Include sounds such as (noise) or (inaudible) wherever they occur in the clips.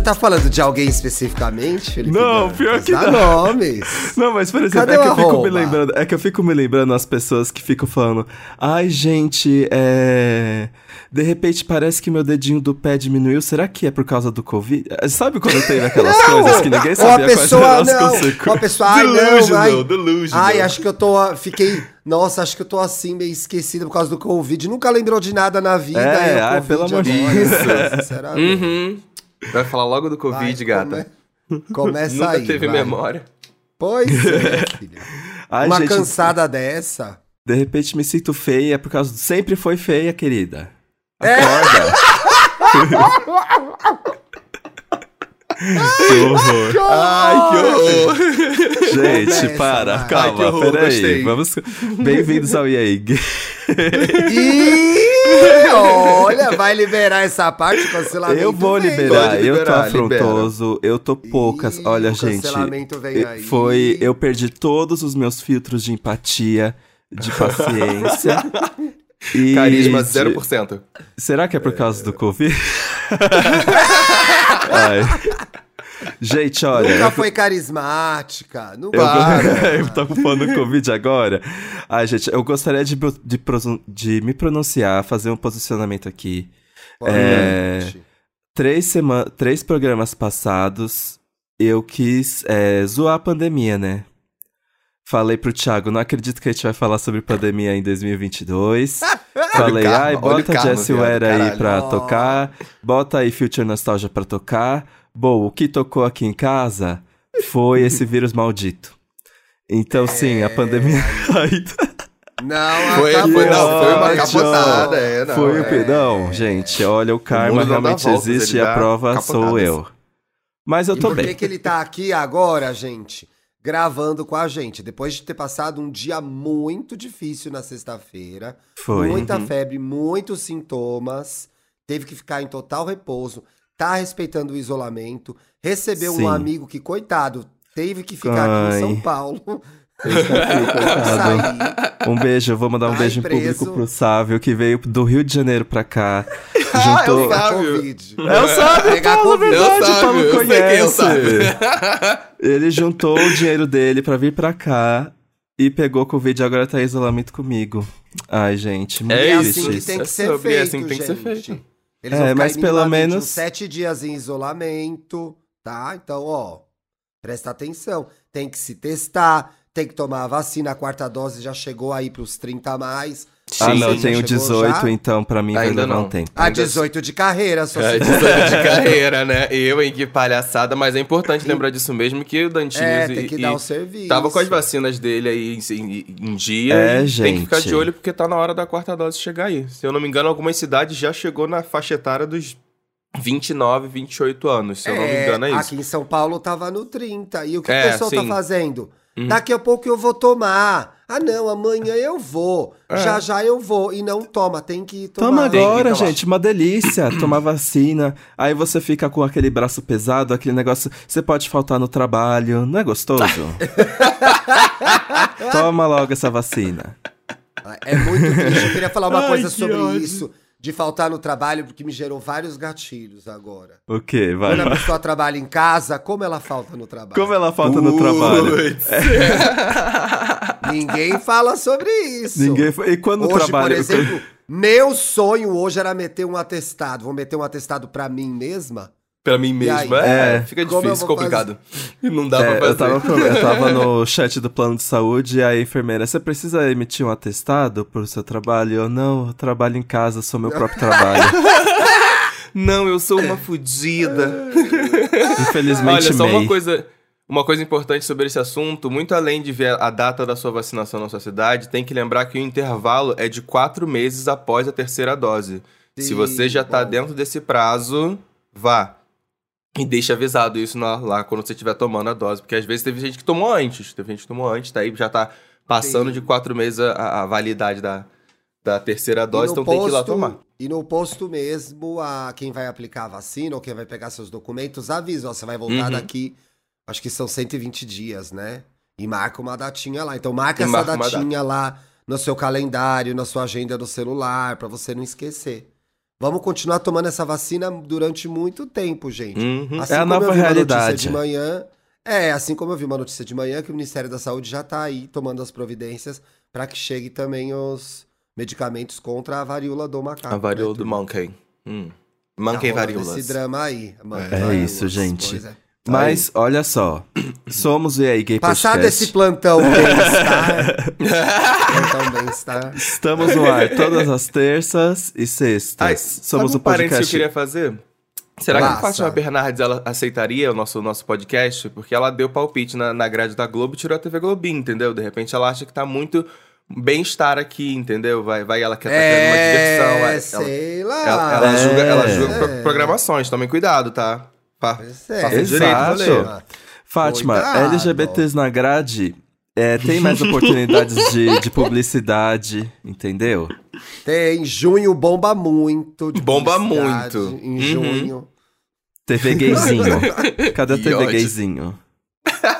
tá falando de alguém especificamente, Felipe? Não, Neto? pior que Dá não. nomes. Não, mas por exemplo, Cadê é o que, eu fico arroba? me lembrando, é que eu fico me lembrando as pessoas que ficam falando, ai gente, é... de repente parece que meu dedinho do pé diminuiu, será que é por causa do Covid? É, Sabe quando teve aquelas coisas que ninguém Ou a sabia pessoa, quais eram não. as Ou a consequências? pessoa, ai, não, Delusional, ai, delusional. ai, acho que eu tô, ah, fiquei, nossa, acho que eu tô assim, meio esquecida por causa do Covid. Nunca lembrou de nada na vida. É, o ai, Covid pelo amor de agora, Deus. nossa, sinceramente. Uhum. Vai falar logo do Vai, Covid, gata. come- Começa Nunca aí, teve vai. memória. Pois é, (laughs) filha. Ai, Uma gente, cansada (laughs) dessa. de repente me sinto feia por causa do... Sempre foi feia, querida. É. Acorda. (laughs) (laughs) que horror. Ai, que horror. Gente, Começa, para, vai. Ai, que calma, horror, peraí. gostei. Vamos... Bem-vindos ao E aí, Gay. E olha, vai liberar essa parte do cancelamento. Eu vou vem. liberar, Pode eu tô liberar, libera. afrontoso, eu tô poucas. Ih, Olha, o gente. cancelamento vem eh, aí. Foi. Eu perdi todos os meus filtros de empatia, de (laughs) paciência. e Carisma de- 0%. Será que é por causa do (laughs) Covid? Ai. Gente, olha. Nunca foi carismática. né? Nunca. Eu, Para. eu tô culpando o Covid agora. Ai, gente, eu gostaria de, pro- de prosun- de me pronunciar, fazer um posicionamento aqui. (laughs) É, Gente. três, sema três programas passados, eu quis é, zoar a pandemia, né? Falei pro Thiago, não acredito que a gente vai falar sobre pandemia em 2022. Falei, (laughs) Olha o karma, ai, olha o bota karma, Jess viado, Ware aí caralho." pra Ó. tocar, bota aí Future Nostalgia pra tocar. Bom, o que tocou aqui em casa foi esse vírus maldito. É, Então, sim, a pandemia (laughs) ainda Não, Foi, acabou. foi, não, foi uma Ai, capotada. É, não, foi o é. que... Não, gente, olha, o karma mundo não dá realmente voltas, ele existe e a dá prova sou capotadas. eu. Mas eu E tô por bem. que, que ele tá aqui agora, gente? Gravando com a gente. Depois de ter passado um dia muito difícil na sexta-feira. Foi. Muita febre, muitos sintomas. Teve que ficar em total repouso. Tá respeitando o isolamento. Recebeu Sim. um amigo que, coitado, teve que ficar aqui Ai. em São (laughs) Paulo. (laughs) coitado. Sair. Um beijo, vou mandar um Ai, beijo em preso. público pro Sávio, que veio do Rio de Janeiro (laughs) pra cá. Ah, juntou. é o Sábio. Covid. É o Sábio, Pegar Paulo, Covid. verdade, o Eu Paulo Sábio, eu sei quem é o conhece. Sábio. Ele juntou o dinheiro dele pra vir pra cá e pegou Covid e agora tá em isolamento comigo. Ai, gente, muito É É triste assim que isso. tem É que ser sobre, feito, é assim que tem que ser gente. feito. Eles É, vão ficar mas pelo minimamente menos- uns sete dias em isolamento, tá? Então, ó, presta atenção. Tem que se testar, tem que tomar a vacina. A quarta dose já chegou aí pros 30 a mais. Ah, Sim, (laughs) não, eu já tenho chegou 18, já? então pra mim vai Ainda levar um não. tempo. A Ainda- (laughs) 18 de carreira, só É, se... de sonho de carreira, né? Eu, hein, que palhaçada. Mas é importante lembrar disso mesmo, que o Dantinhos É, e- tem que e dar o serviço. Tava com as vacinas dele aí em, em- em dia. É, e Tem gente. que ficar de olho porque tá na hora da quarta dose chegar aí. Se eu não me engano, algumas cidades já chegou na faixa etária dos 29, 28 anos. Se eu não me É, engano, é isso. Aqui em São Paulo tava no 30. E o que É, o pessoal tá sim. Uhum. fazendo? Daqui a pouco eu vou tomar. Ah, não, amanhã eu vou. É. Já já eu vou. E não toma, tem que tomar. Toma Tem que agora, tomar. gente, uma delícia, (clears throat) tomar vacina. Aí você fica com aquele braço pesado, aquele negócio, você pode faltar no trabalho, não é (laughs) gostoso? Toma logo essa vacina. É muito triste. Eu queria falar uma (laughs) Ai, coisa que sobre ódio. isso, de faltar no trabalho, porque me gerou vários gatilhos agora. O quê? Vai. Quando a pessoa trabalha em casa, como ela falta no trabalho? Como ela falta no trabalho? É. Puts. Ninguém fala (laughs) sobre isso. Ninguém foi- E quando Hoje, por trabalha. exemplo, meu sonho hoje era meter um atestado. Vou meter um atestado pra mim mesma? Pra mim mesmo, aí? é, É. Fica Como eu difícil, vou complicado. E não dá É, pra eu, fazer. tava, eu tava no chat do plano de saúde e a enfermeira, você precisa emitir um atestado pro seu trabalho? Eu não, eu trabalho em casa, sou meu próprio (laughs) trabalho. Não, eu sou uma fudida. Infelizmente, Olha, só MEI. uma coisa. Uma coisa importante sobre esse assunto, muito além de ver a data da sua vacinação na sua cidade, tem que lembrar que o intervalo é de quatro meses após a terceira dose. Se Sim, você já tá bom. dentro desse prazo, vá. E deixa avisado isso na- lá quando você estiver tomando a dose. Porque às vezes teve gente que tomou antes. Teve gente que tomou antes, tá aí já tá passando Sim. de quatro meses a, a validade da, da terceira dose, então tem que ir lá tomar. E no posto mesmo, a quem vai aplicar a vacina ou quem vai pegar seus documentos, avisa, ó, você vai voltar Uhum. daqui, acho que são 120 dias, né? E marca uma datinha lá. Então marca E essa marca uma datinha lá no seu calendário, na sua agenda do celular, pra você não esquecer. Vamos continuar tomando essa vacina durante muito tempo, gente. Uhum, Assim é a como eu nova vi uma notícia realidade. de manhã, é, assim como eu vi uma notícia de manhã que o Ministério da Saúde já tá aí tomando as providências para que chegue também os medicamentos contra a varíola do macaco. A varíola né, do turma? monkey. Hum. Tá Monkey rolando Esse varíolas. drama aí. Tá Monkey É varíolas, isso, gente. pois é. Mas, olha só. Somos o EA Gay Passado Podcast. (laughs) esse (laughs) plantão bem-estar. plantão bem-estar. Estamos no ar todas as terças e sextas. Ai, Somos sabe o um parênteses podcast. que eu queria fazer? Será que a Passa. Fátima Bernardes ela aceitaria o nosso, nosso podcast? Porque ela deu palpite na, na grade da Globo e tirou a TV Globinho, entendeu? De repente ela acha que tá muito bem-estar aqui, entendeu? Vai, vai ela quer tá querendo uma É, diversão. Ela, sei ela, lá. ela É. julga, ela julga É. pro- programações, tomem cuidado, tá? Fa- Pois Faça é, direito, exato. valeu. Fátima, Ah, Cuidado. LGBTs na grade é, tem mais oportunidades de, de publicidade, entendeu? Tem, junho bomba muito. de Bomba publicidade muito. Em Uhum. junho. TV gayzinho. Cadê o (laughs) Que TV ódio. gayzinho?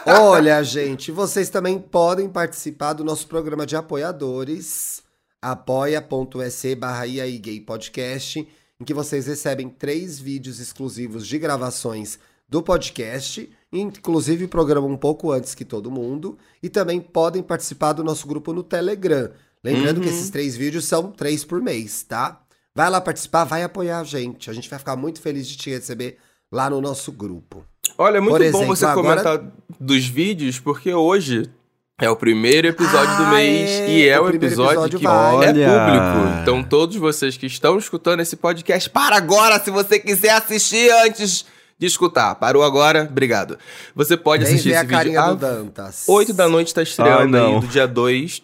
Olha, gente, vocês também podem participar do nosso programa de apoiadores, apoia.se barra IAI Gay Podcast, em que vocês recebem três vídeos exclusivos de gravações do podcast, inclusive o programa um pouco antes que todo mundo, e também podem participar do nosso grupo no Telegram. Lembrando que Uhum. esses três vídeos são três por mês, tá? Vai lá participar, vai apoiar a gente. A gente vai ficar muito feliz de te receber lá no nosso grupo. Olha, é muito Por exemplo, bom você agora- comentar dos vídeos, porque hoje é o primeiro episódio do Ah, mês é. e é O o, primeiro episódio, episódio que vai. é Olha. público. Então, todos vocês que estão escutando esse podcast, para agora se você quiser assistir antes de escutar. Parou agora? Obrigado. Você pode Vem assistir ver esse a vídeo carinha do às Dantas. 8 da noite, tá Ai, estreando não. aí, do dia 2.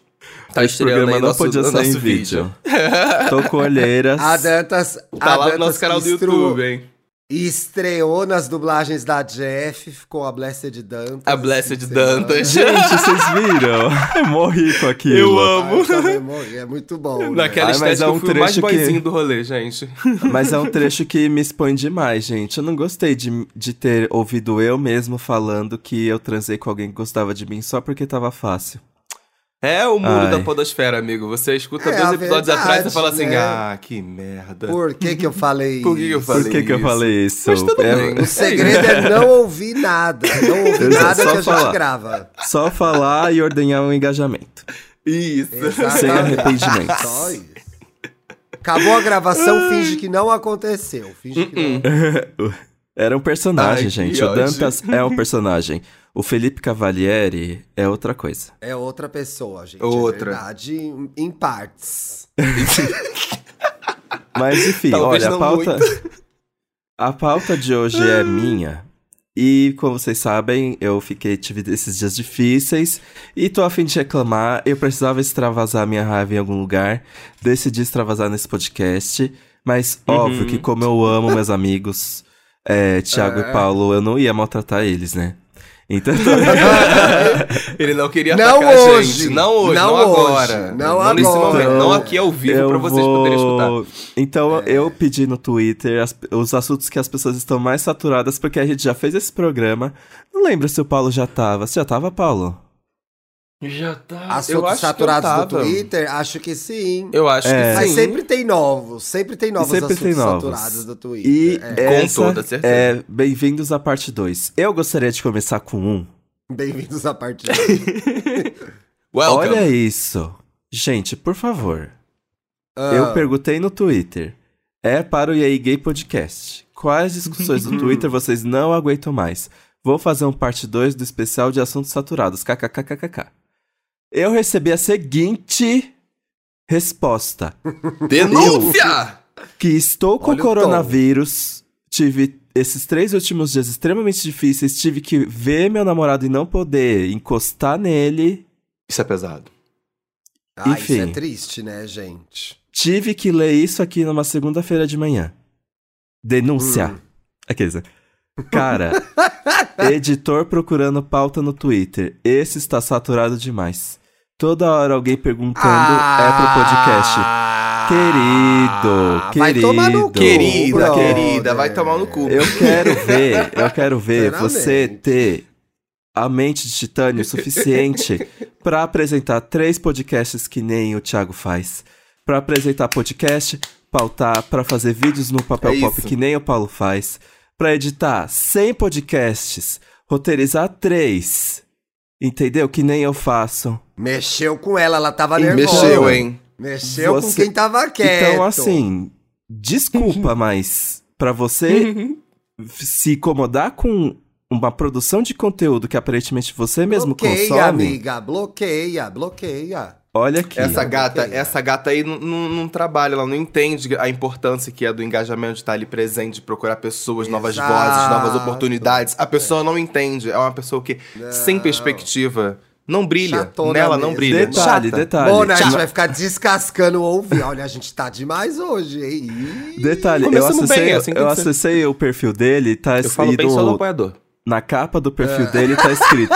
Tá Esse estreando programa aí não nosso, podia nosso sair em vídeo. (laughs) vídeo. Tô com olheiras. A Dantas. Tá a lá no Ah, Dantas nosso canal do que estru- YouTube, hein? Estreou nas dublagens da Jeff, ficou a Blessed Dantas. A Blessed esse fim de semana. Dantas. Gente, vocês viram? (laughs) Eu morri com aquilo. Eu amo. Ah, eu também morri, é muito bom. (laughs) Naquela Ai, mas estética é um eu fui o mais trecho que- boizinho do rolê, gente. Mas é (laughs) um trecho que me expõe demais, gente. Eu não gostei de, de ter ouvido eu mesmo falando que eu transei com alguém que gostava de mim só porque tava fácil. É o muro Ai. da podosfera, amigo. Você escuta É, dois a episódios verdade, atrás e fala assim, né? ah, que merda. Por que que eu falei Por que que eu isso? falei? Por que, que eu isso. falei isso? Mas tudo É- bem. O segredo é não ouvir nada. Não ouvir Exato, nada só que a falar. gente grava. Só falar e ordenhar um (laughs) engajamento. Isso. Exatamente. arrependimentos. Só isso. Acabou a gravação, finge que não aconteceu. Finge que Uh-uh. não Era um personagem, Ai, que gente. O ódio. Dantas é um personagem. O Felipe Cavalieri é outra coisa. É outra pessoa, gente. Outra. É verdade, em- em partes. (laughs) Mas enfim, Talvez olha, a não Ah. pauta. (laughs) A pauta de hoje é minha. E como vocês sabem, eu fiquei tive esses dias difíceis e tô a fim de reclamar. Eu precisava extravasar minha raiva em algum lugar. Decidi extravasar nesse podcast, mas Uhum. óbvio que como eu amo meus amigos, é, Thiago e Paulo, eu não ia maltratar eles, né? (laughs) Então, (laughs) Ele não queria Não atacar hoje. a gente. Não hoje, não, Não hoje, agora. não nesse agora. momento, não aqui ao vivo eu pra vocês poderem escutar. É. vou- Então eu pedi no Twitter as- os assuntos que as pessoas estão mais saturadas, porque a gente já fez esse programa. Não lembro se o Paulo já tava. Você já tava, Paulo? Já tá. eu Assuntos acho saturados que eu do tava. Twitter? Acho que sim. Eu acho É. que Mas sim. sempre tem novos. Sempre tem novos Sempre assuntos tem novos. saturados do Twitter. E É. Com essa toda certeza. É, bem-vindos à parte 2. Eu gostaria de começar com um. Bem-vindos à parte (laughs) de- Welcome. Olha isso. Gente, por favor. Ah. Eu perguntei no Twitter. É para o EA Gay Podcast. Quais discussões (laughs) do Twitter vocês não aguentam mais? Vou fazer um parte 2 do especial de assuntos saturados. KKKKK. Eu recebi a seguinte resposta: Denúncia! que estou com Olha o coronavírus. Tive esses três últimos dias extremamente difíceis. Tive que ver meu namorado e não poder encostar nele. Isso é pesado. ah, isso enfim. é triste, né, gente? Tive que ler isso aqui numa segunda-feira de manhã. Denúncia. Aqueles, né? Cara, editor procurando pauta no Twitter. Esse está saturado demais. Toda hora alguém perguntando Ah! é pro podcast. Querido, Vai querido. tomar no cu, Querida, brother. querida, vai tomar no cu. Eu quero ver, eu quero ver Sinceramente. você ter a mente de titânio (laughs) suficiente pra apresentar três podcasts que nem o Thiago faz. Pra apresentar podcast, pautar, pra fazer vídeos no papel É pop isso. que nem o Paulo faz, pra editar 100 podcasts, roteirizar 3. Entendeu? Que nem eu faço. Mexeu com ela, ela tava nervosa. Mexeu, hein? Mexeu com Você- quem tava quieto. Então, assim, (laughs) desculpa, mas pra você se incomodar com uma produção de conteúdo que aparentemente você mesmo bloqueia, consome, amiga, bloqueia, bloqueia. olha aqui. Essa Que- gata, que- essa gata aí não, não- não trabalha, ela não entende a importância que é do engajamento de estar ali presente, de procurar pessoas, novas Exato. vozes, novas oportunidades. A pessoa não entende, é uma pessoa que sem perspectiva não brilha, Chatona nela não mesmo. brilha. Detalhe, Chata. detalhe. Bom, né, a gente Ma- vai ficar descascando o ouvir. Olha, a gente tá demais hoje, hein? Ih, Detalhe, eu Começamos acessei, bem, é assim que eu tem que ser. acessei o perfil dele, tá Eu falo bem escrito. só Ah. do apoiador. Na capa do perfil dele tá (laughs) escrito: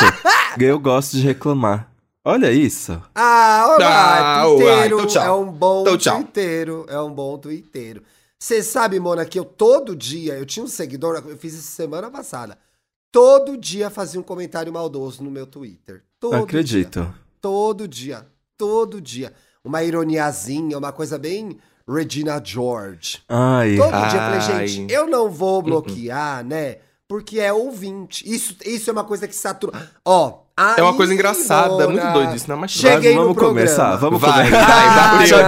Eu gosto de reclamar. Olha isso. Ah, olá, Ah, twitteiro, uai, então tchau. é um bom Então tchau. twitteiro, é um bom twitteiro. Você sabe, Mona, que eu todo dia, eu tinha um seguidor, eu fiz isso semana passada, todo dia fazia um comentário maldoso no meu Twitter. Todo Não dia. acredito. Todo dia, todo dia. Uma ironiazinha, uma coisa bem Regina George. Ai. Todo dia eu Ai. Uhum. falei, gente, eu não vou bloquear, né? Porque é ouvinte. Isso, isso é uma coisa que satura. Ó, É uma aí, coisa engraçada, é muito Mona. doido isso, não é uma Chega Cheguei Vai, no vamos programa. começar, vamos Vai, começar. (laughs) vai, Ah, bateu,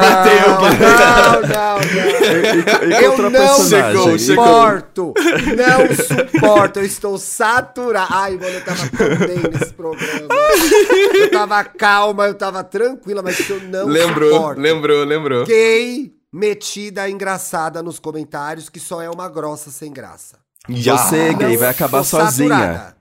não, bateu. Não, não, não. E- e- Eu encontrou a não personagem. Chegou, chegou. suporto. Não suporto. Eu estou saturado. Ai, mano, eu tava tão bem nesse programa. Eu tava calma, eu tava tranquila, mas eu não Lembrou, suporto. lembrou, lembrou. Gay metida engraçada nos comentários, que só é uma grossa sem graça. Já. Você, Não, gay, vai acabar tô sozinha. Saturada.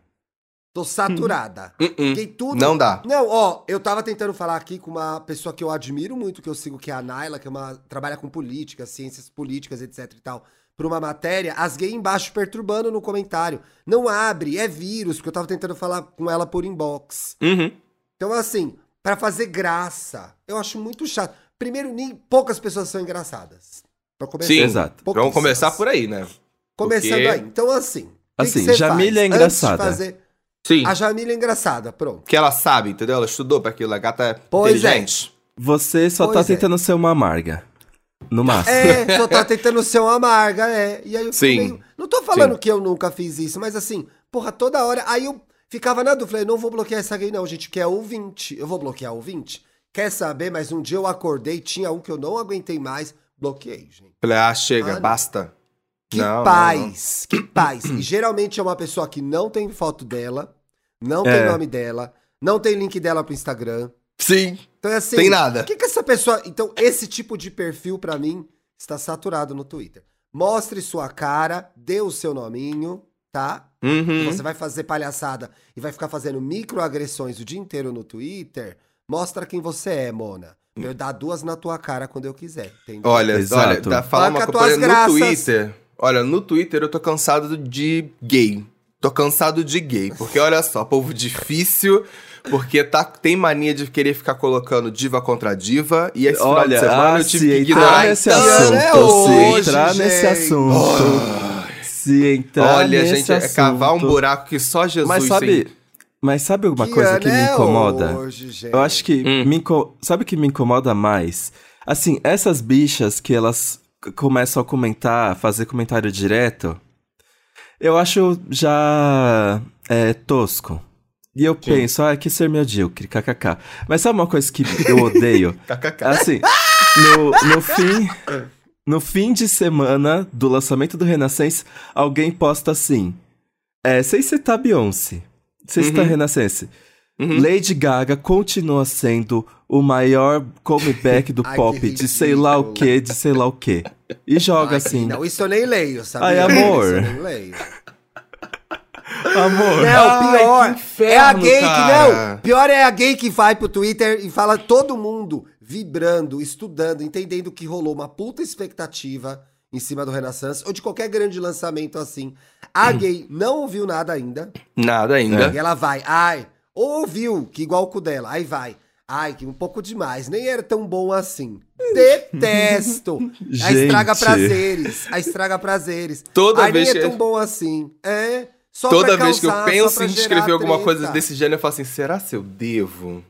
Tô saturada. Hum, hum. Gay tudo. Não dá. Não, ó, eu tava tentando falar aqui com uma pessoa que eu admiro muito, que eu sigo, que é a Naila, que é uma, trabalha com política, ciências políticas, etc e tal, pra uma matéria, as gays embaixo perturbando no comentário. Não abre, é vírus, porque eu tava tentando falar com ela por inbox. Uhum. Então, assim, pra fazer graça, eu acho muito chato. Primeiro, nem poucas pessoas são engraçadas. Pra começar. Sim, Exato. Vamos começar por aí, né? Começando porque- aí. Então, assim. o que Assim, que você Jamília é faz? Antes de engraçada. fazer- Sim. A Jamília é engraçada, pronto. Que ela sabe, entendeu? Ela estudou pra aquilo, a gata é Pois é. inteligente. Você só Pois tá é. tentando ser uma amarga. No máximo. É, só tá tentando ser uma amarga, é. E aí eu fico Sim. meio- Não tô falando Sim. que eu nunca fiz isso, mas assim, porra, toda hora. Aí eu ficava na dúvida, falei, não vou bloquear essa gay, não, gente, que é ouvinte. Eu vou bloquear ouvinte? Quer saber? Mas um dia eu acordei, tinha um que eu não aguentei mais, bloqueei, gente. Falei, ah, Ah, chega, não. basta. Que Não, não, paz, que paz. E geralmente é uma pessoa que não tem foto dela, não tem É. nome dela, não tem link dela pro Instagram. Sim. Então é assim. Tem O nada. que, que essa pessoa. Então, esse tipo de perfil, pra mim, está saturado no Twitter. Mostre sua cara, dê o seu nominho, tá? Uhum. Você vai fazer palhaçada e vai ficar fazendo microagressões o dia inteiro no Twitter. Mostra quem você é, Mona. Hum. Eu dar duas na tua cara quando eu quiser, entendeu? Olha, Exato. olha, tá falando uma Banca coisa olha, tuas no graças. Twitter. Olha, no Twitter eu tô cansado de gay. Tô cansado de gay, porque olha só, povo difícil, porque tá, tem mania de querer ficar colocando diva contra diva, e esse final de Olha, semana ah, eu tive se que entrar ignorar. né, nesse então é assunto, se hoje, entrar nesse gente. assunto, se entrar Olha, nesse gente, é assunto. cavar um buraco que só Jesus Mas sim. sabe, mas sabe alguma coisa ano que me né, é incomoda? hoje, gente? Eu acho que Hum. me inco- sabe o que me incomoda mais? Assim, essas bichas que elas c- começam a comentar, fazer comentário direto, eu acho já é, tosco. E eu penso, ah, que ser medíocre, kkk. Mas sabe uma coisa que eu odeio? KKK. assim, no, no fim. No fim de semana do lançamento do Renascença, alguém posta assim. É, sei se tá Beyoncé. Sei se tá Uhum. Renascença. Uhum. Lady Gaga continua sendo o maior comeback do (laughs) Ai, que pop de sei lá o ridículo. que, de sei lá o que. E joga Ai, assim. Não, isso eu nem leio, sabe? Ai, amor. Isso eu nem leio. Amor. Não, Ai, pior. que inferno, é a gay que cara. não. Pior é a gay que vai pro Twitter e fala todo mundo vibrando, estudando, entendendo que rolou uma puta expectativa em cima do Renaissance ou de qualquer grande lançamento assim. A Hum. gay não ouviu nada ainda Nada É. ainda. e ela vai, ai, ouviu que igual o cu dela, aí vai. Ai, que um pouco demais, nem era tão bom assim. (laughs) Detesto. A estraga Gente. prazeres, a estraga prazeres. Toda Ai, vez nem que- é tão bom assim. É. Só Toda pra vez que eu causar, só penso pra em gerar escrever alguma coisa treta. desse gênero, eu falo assim, será se eu devo?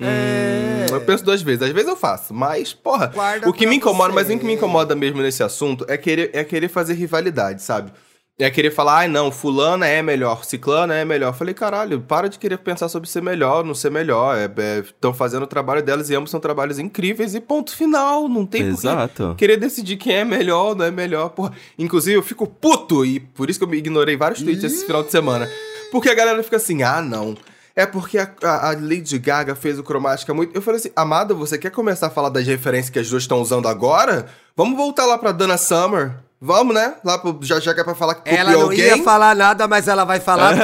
É. Hum, eu penso duas vezes. Às vezes eu faço, mas, porra, Guarda o que pra me incomoda, mas você. o que me incomoda mesmo nesse assunto é querer, é querer fazer rivalidade, sabe? É querer falar, ai não, fulana é melhor, ciclana é melhor. Eu Falei, caralho, para de querer pensar sobre ser melhor, não ser melhor. Estão fazendo o trabalho delas e ambos são trabalhos incríveis e ponto final. Não tem por que Exato. querer decidir quem é melhor, não é melhor, porra. Inclusive, eu fico puto, e por isso que eu me ignorei vários tweets esse final de semana. Porque a galera fica assim, ah, não. É porque a, a- a Lady Gaga fez o cromática muito. Eu falei assim, amada, você quer começar a falar das referências que as duas estão usando agora? Vamos voltar lá pra Dana Summer. Vamos, né? Lá pro. Já, já que é pra falar que copiou Ela não alguém. ia falar nada, mas ela vai (laughs) falar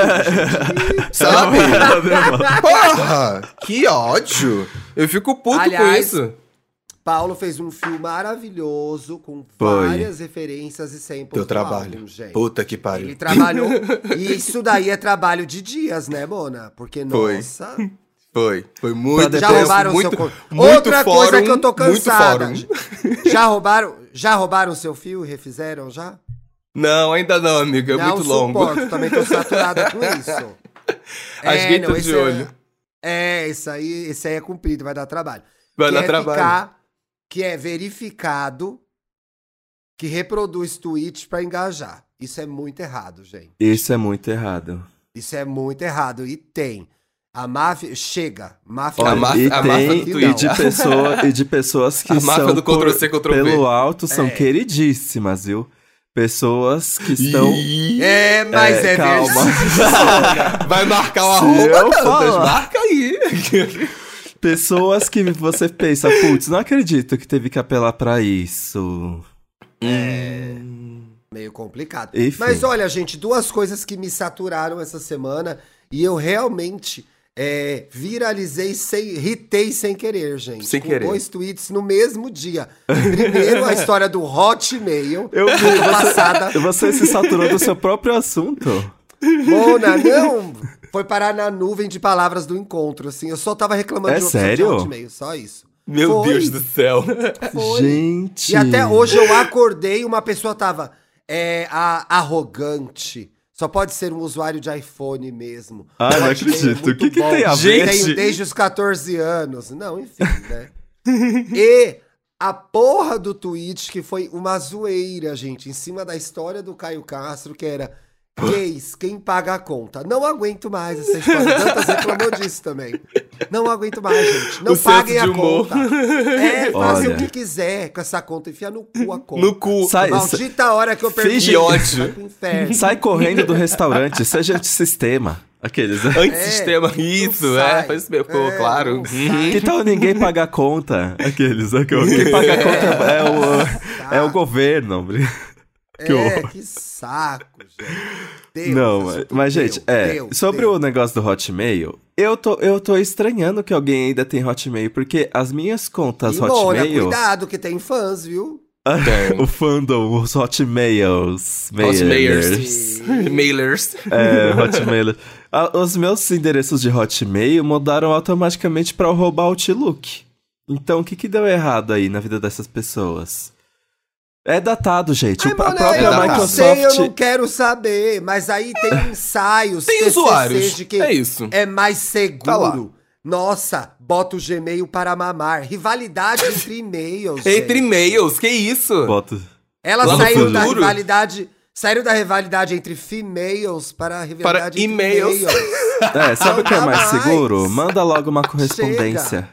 (laughs) Sabe? tudo. (laughs) Porra! Que ódio! Eu fico puto com Aliás, isso. Paulo fez um filme maravilhoso com Foi. várias referências e samples Teu do trabalho. álbum, gente. Puta que pariu. Ele trabalhou. e isso daí é trabalho de dias, né, Mona? Porque, Foi. nossa. Foi. Foi muito. já tempo, roubaram muito, seu. co- muito Outra fórum, coisa que eu tô muito cansada. fórum. Já roubaram, já roubaram seu fio e refizeram já? Não, ainda não, amigo. É não muito longo. suporto, também tô saturada com isso. (laughs) As gatas de esse olho. É, é, isso aí, esse aí é cumprido, vai dar trabalho. (laughs) Vai que dar é trabalho. ficar- que é verificado, que reproduz tweets pra engajar. Isso é muito errado, gente. (laughs) Isso é muito errado. Isso é muito errado. E tem. A máfia. Chega. Máfia. A Olha, máfia- e a máfia tem do e Twitter. de, pessoa, e (laughs) de pessoas que A máfia são do por- Ctrl+C, Ctrl+V. pelo alto são É. queridíssimas, viu? Pessoas que estão É, mas é, calma. verdade. (laughs) Vai marcar o Se arroba, eu Dantas, falar. marca aí. (laughs) (laughs) pessoas que você pensa, putz, não acredito que teve que apelar pra isso. É Meio complicado. Enfim. Mas olha, gente, duas coisas que me saturaram essa semana e eu realmente é, viralizei sem. ritei sem querer, gente. Sem Com querer. Dois tweets no mesmo dia. Primeiro, a história do Hotmail. Eu vi, Tô passada. você, você se saturou do seu próprio assunto. Mona, não! Foi parar na nuvem de palavras do encontro, assim. Eu só tava reclamando É de opção de sério? Hotmail, só isso. Meu Foi. Deus do céu. Foi. Gente. É, E até hoje eu acordei e uma pessoa tava é, a- arrogante. Só pode ser um usuário de iPhone mesmo. Ah, Hotmail não é acredito. muito O que que bom. tem a ver? Tenho desde os 14 anos. Não, enfim, (laughs) né? e a porra do tweet que foi uma zoeira, gente, em cima da história do Caio Castro, que era gays, quem paga a conta. Não aguento mais essa (laughs) história. Dantas reclamou disso também. Não aguento mais, gente. Não O senso paguem a de humor. conta. É, fazem o Olha. que quiser com essa conta. Enfia no cu a conta. (laughs) No cu. tá, Sai, Maldita hora que eu perdi. Finge- Vai ódio. pro inferno. sai correndo do restaurante, seja de sistema. Aqueles, né? Antissistema. É, isso, não é. sai. Faz isso mesmo, ficou É, claro. não Uhum. sai. Que tal ninguém pagar conta? Aqueles, né? que o- Quem paga conta é Tá. o, é o governo. É, que horror. que saco, gente. Deus, Não, isso mas, tudo, mas, gente, Deus, é. Deus, sobre Deus. o negócio do Hotmail, eu tô, eu tô estranhando que alguém ainda tem Hotmail, porque as minhas contas E, Mona, Hotmail. cuidado que tem fãs, viu? o fandom, os Hotmails. Os mailers. Mayers. Mailers. É, Hotmail. Ah, Os meus endereços de Hotmail mudaram automaticamente pra eu roubar o Outlook. Então, o que que deu errado aí na vida dessas pessoas? É datado, gente. Ai, O- a Mona, própria eu é datado. não sei, eu Microsoft. não quero saber. Mas aí (laughs) tem ensaios, Tem TCCs usuários. de que É isso. é mais Tá lá. seguro. Nossa, bota o Gmail para mamar. (laughs) Rivalidade entre e-mails, Entre É, gente. e-mails, que isso? Bota. Ela Lá no saiu da futuro? rivalidade. Saíram da rivalidade entre females para a rivalidade entre e-mails. (laughs) É, sabe o que é Não dá mais mais. seguro? Manda logo uma correspondência.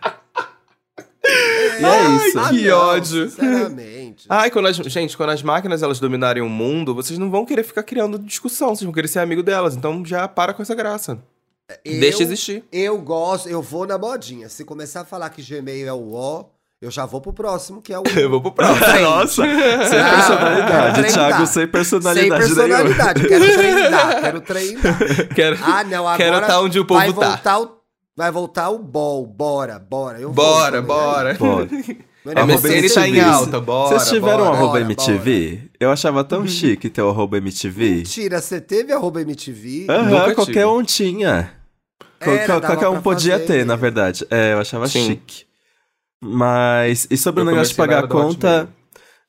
E é isso. Ah, que não, ódio. Ah, Sinceramente. Ai, quando as, gente, quando as máquinas elas dominarem o mundo, vocês não vão querer ficar criando discussão, vocês vão querer ser amigo delas. Então já para com essa graça. Eu- Deixa existir. (laughs) Eu gosto, eu vou na modinha. Se começar a falar que Gmail é o O, eu já vou pro próximo, (laughs) que é o Eu vou (laughs) pro próximo. (laughs) Nossa, sem Ah, personalidade. treinar. Thiago, sem Sem personalidade, nenhuma. personalidade. (laughs) Quero treinar, quero treinar. Quero, Ah, não, agora quero tá onde o povo vai tá. voltar o vai voltar o bol, bora, bora. Eu vou Bora, também. bora. Bora. Não é A nem Arroba MSN tá em MTV. alta, bora. Vocês tiveram bora. (laughs) uma- arroba bora, MTV? Eu achava (laughs) tão chique ter o arroba MTV. Mentira, você teve arroba MTV? Aham, Nunca qualquer tive. um tinha. Qual- Era, qual- É, dava qualquer um pra podia fazer. ter, na verdade. É, eu achava Sim. chique. Mas, e sobre Eu o negócio de comecei pagar na era a da Hotmail. conta,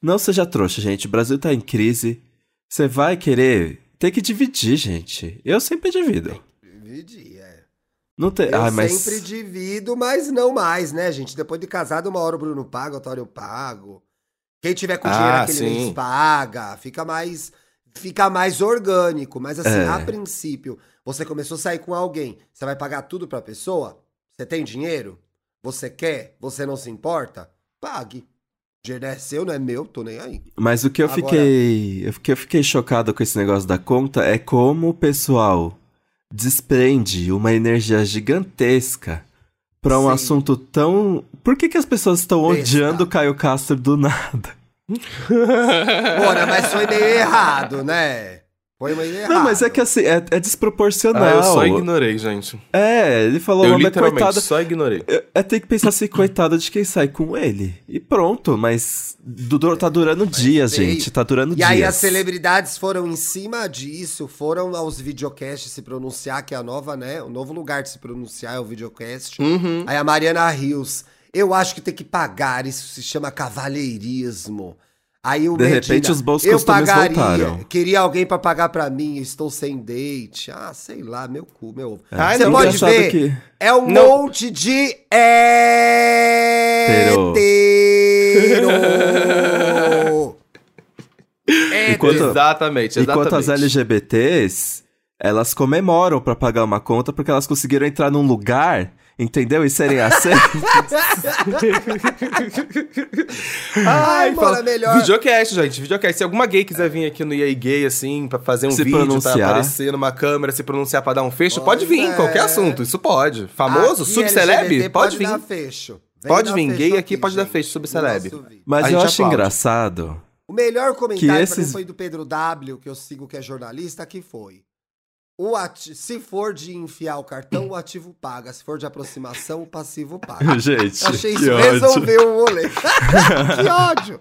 não seja trouxa, gente. O Brasil tá em crise. Você vai querer ter que dividir, gente. Eu sempre divido. Dividi, é. Não tem. Eu ah, mas. sempre divido, mas não mais, né, gente? Depois de casado, uma hora o Bruno paga, outra hora eu pago. Quem tiver com dinheiro Ah, aquele sim. mês paga. Fica mais, fica mais orgânico. Mas assim, É. a princípio, você começou a sair com alguém, você vai pagar tudo pra pessoa? Você tem dinheiro? Você quer? Você não se importa? Pague. O dinheiro é seu, não é meu, tô nem aí. Mas o que eu Agora- fiquei. O que eu fiquei chocado com esse negócio da conta é como o pessoal desprende uma energia gigantesca pra um Sim. assunto tão. Por que, que as pessoas estão Besta. odiando o Caio Castro do nada? Bora, mas foi meio errado, né? Foi meio errado. Não, mas é que assim, é, é desproporcional. Ah, eu só ignorei, gente. É, ele falou, Eu mas literalmente coitada. só ignorei. É, é ter que pensar assim, coitado de quem sai com ele. E pronto, mas du- du- tá durando dias, veio. gente. Tá durando E dias. aí as celebridades foram em cima disso, foram aos videocasts se pronunciar, que é a nova, né? O novo lugar de se pronunciar é o videocast. Uhum. Aí a Mariana Rios, eu acho que tem que pagar, isso se chama cavalheirismo. Aí o De Medina, repente, os bons eu costumes pagaria, voltaram." queria alguém pra pagar pra mim, estou sem date. Ah, sei lá, meu cu, meu É. ovo. Ai, Você Ah, não, pode engraçado ver, que- é um Não. monte de hétero. (laughs) Enquanto- Exatamente, E quanto às exatamente. LGBTs, elas comemoram pra pagar uma conta porque elas conseguiram entrar num lugar, entendeu? E serem (laughs) aceitas. Ai, Ai, mano, é fala melhor. É. Videocast, gente, videocast. Se alguma gay quiser vir aqui no EA Gay, assim, pra fazer um Se vídeo, pronunciar. tá aparecendo uma câmera, se pronunciar pra dar um fecho, Pois pode vir, é. qualquer assunto, isso pode. Famoso, Aqui, subceleb, LGBT pode vir. Dar fecho. Vem Pode dar vir, fecho gay aqui pode dar gente, fecho, no subceleb. nosso vídeo. Mas eu A gente acho aplaude. engraçado. (laughs) O melhor comentário pra mim esses- foi do Pedro W, que eu sigo, que é jornalista, que foi. O ati- Se for de enfiar o cartão, o ativo paga. Se for de aproximação, o passivo paga. Gente, Achei que isso. ódio. Resolveu o (laughs) rolê. que ódio.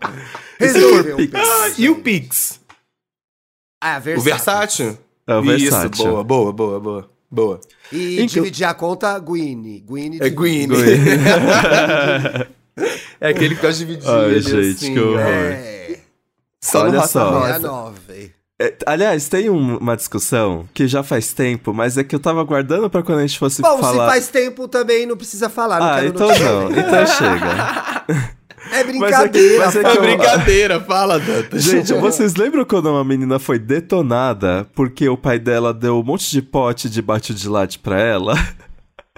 Resolveu. Pix? Ah, e o Pix? Ah, O Versátil? É o Isso, versátil. (laughs) boa, boa, boa, boa. Boa. E Inclu- dividir a conta, Guine. Guine É Guine. (laughs) é aquele que gosta de dividir. Ai, ele gente, assim, que horror. É. Só Olha no só. só. Nossa. Nossa. 69. É, Aliás, tem um- uma discussão que já faz tempo, mas é que eu tava guardando pra quando a gente fosse Bom, se falar. faz tempo também não precisa falar. Não Ah, quero então notícia. não. Então (laughs) chega. É brincadeira, mas é que pô. É brincadeira, fala, Dantas. Gente, vocês lembram quando uma menina foi detonada porque o pai dela deu um monte de pote de bate de latte pra ela?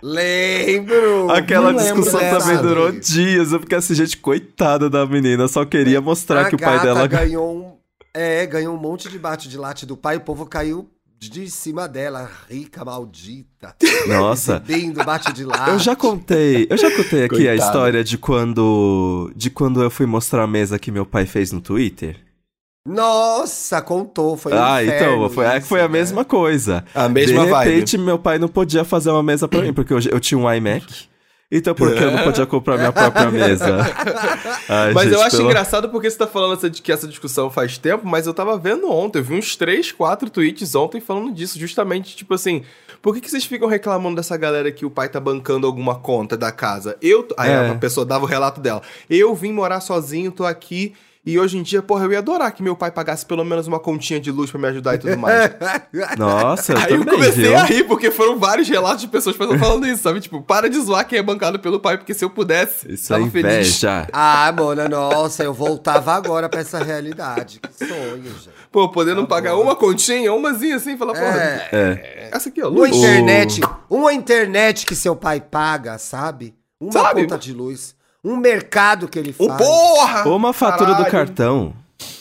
Lembro. (laughs) Aquela não lembro discussão dessa. também durou dias. Eu fiquei assim, gente, coitada da menina. Só queria mostrar É. A que o pai gata dela. (laughs) ganhou um, é, ganhou um monte de bate de latte do pai, o povo caiu de cima dela, rica maldita. Nossa. Lindo bate de latte. Eu já contei, eu já contei aqui a Coitada. história de quando de quando eu fui mostrar a mesa que meu pai fez no Twitter. Nossa, contou, foi um ah, então, inferno foi, é que isso, foi a né? mesma coisa. A mesma de vibe. repente, meu pai não podia fazer uma mesa pra mim, porque eu, eu tinha um iMac. Então, por que eu não podia comprar minha própria mesa? Ai, É. Mas gente, eu acho pelo- engraçado porque você tá falando essa, que essa discussão faz tempo, mas eu tava vendo ontem, eu vi uns 3, 4 tweets ontem falando disso, justamente, tipo assim, por que, que vocês ficam reclamando dessa galera que o pai tá bancando alguma conta da casa? Eu. Aí É. a pessoa dava o relato dela. Eu vim morar sozinho, tô aqui. E hoje em dia, porra, eu ia adorar que meu pai pagasse pelo menos uma continha de luz pra me ajudar e (laughs) tudo mais. né? Nossa, eu Aí eu também, comecei viu? a rir, porque foram vários relatos de pessoas falando isso, sabe? Tipo, para de zoar quem é bancado pelo pai, porque se eu pudesse, Isso é tava feliz. inveja. (laughs) Ah, Mona, nossa, eu voltava agora pra essa realidade. Que sonho, gente. Pô, podendo pagar uma continha, umazinha assim, falar, porra, Tá É. É. essa aqui é Uma luz. O- internet, uma internet que seu pai paga, sabe? Uma Sabe? conta de luz, um mercado que ele Ô, Um faz, porra! Uma fatura do Ah, Caralho. cartão.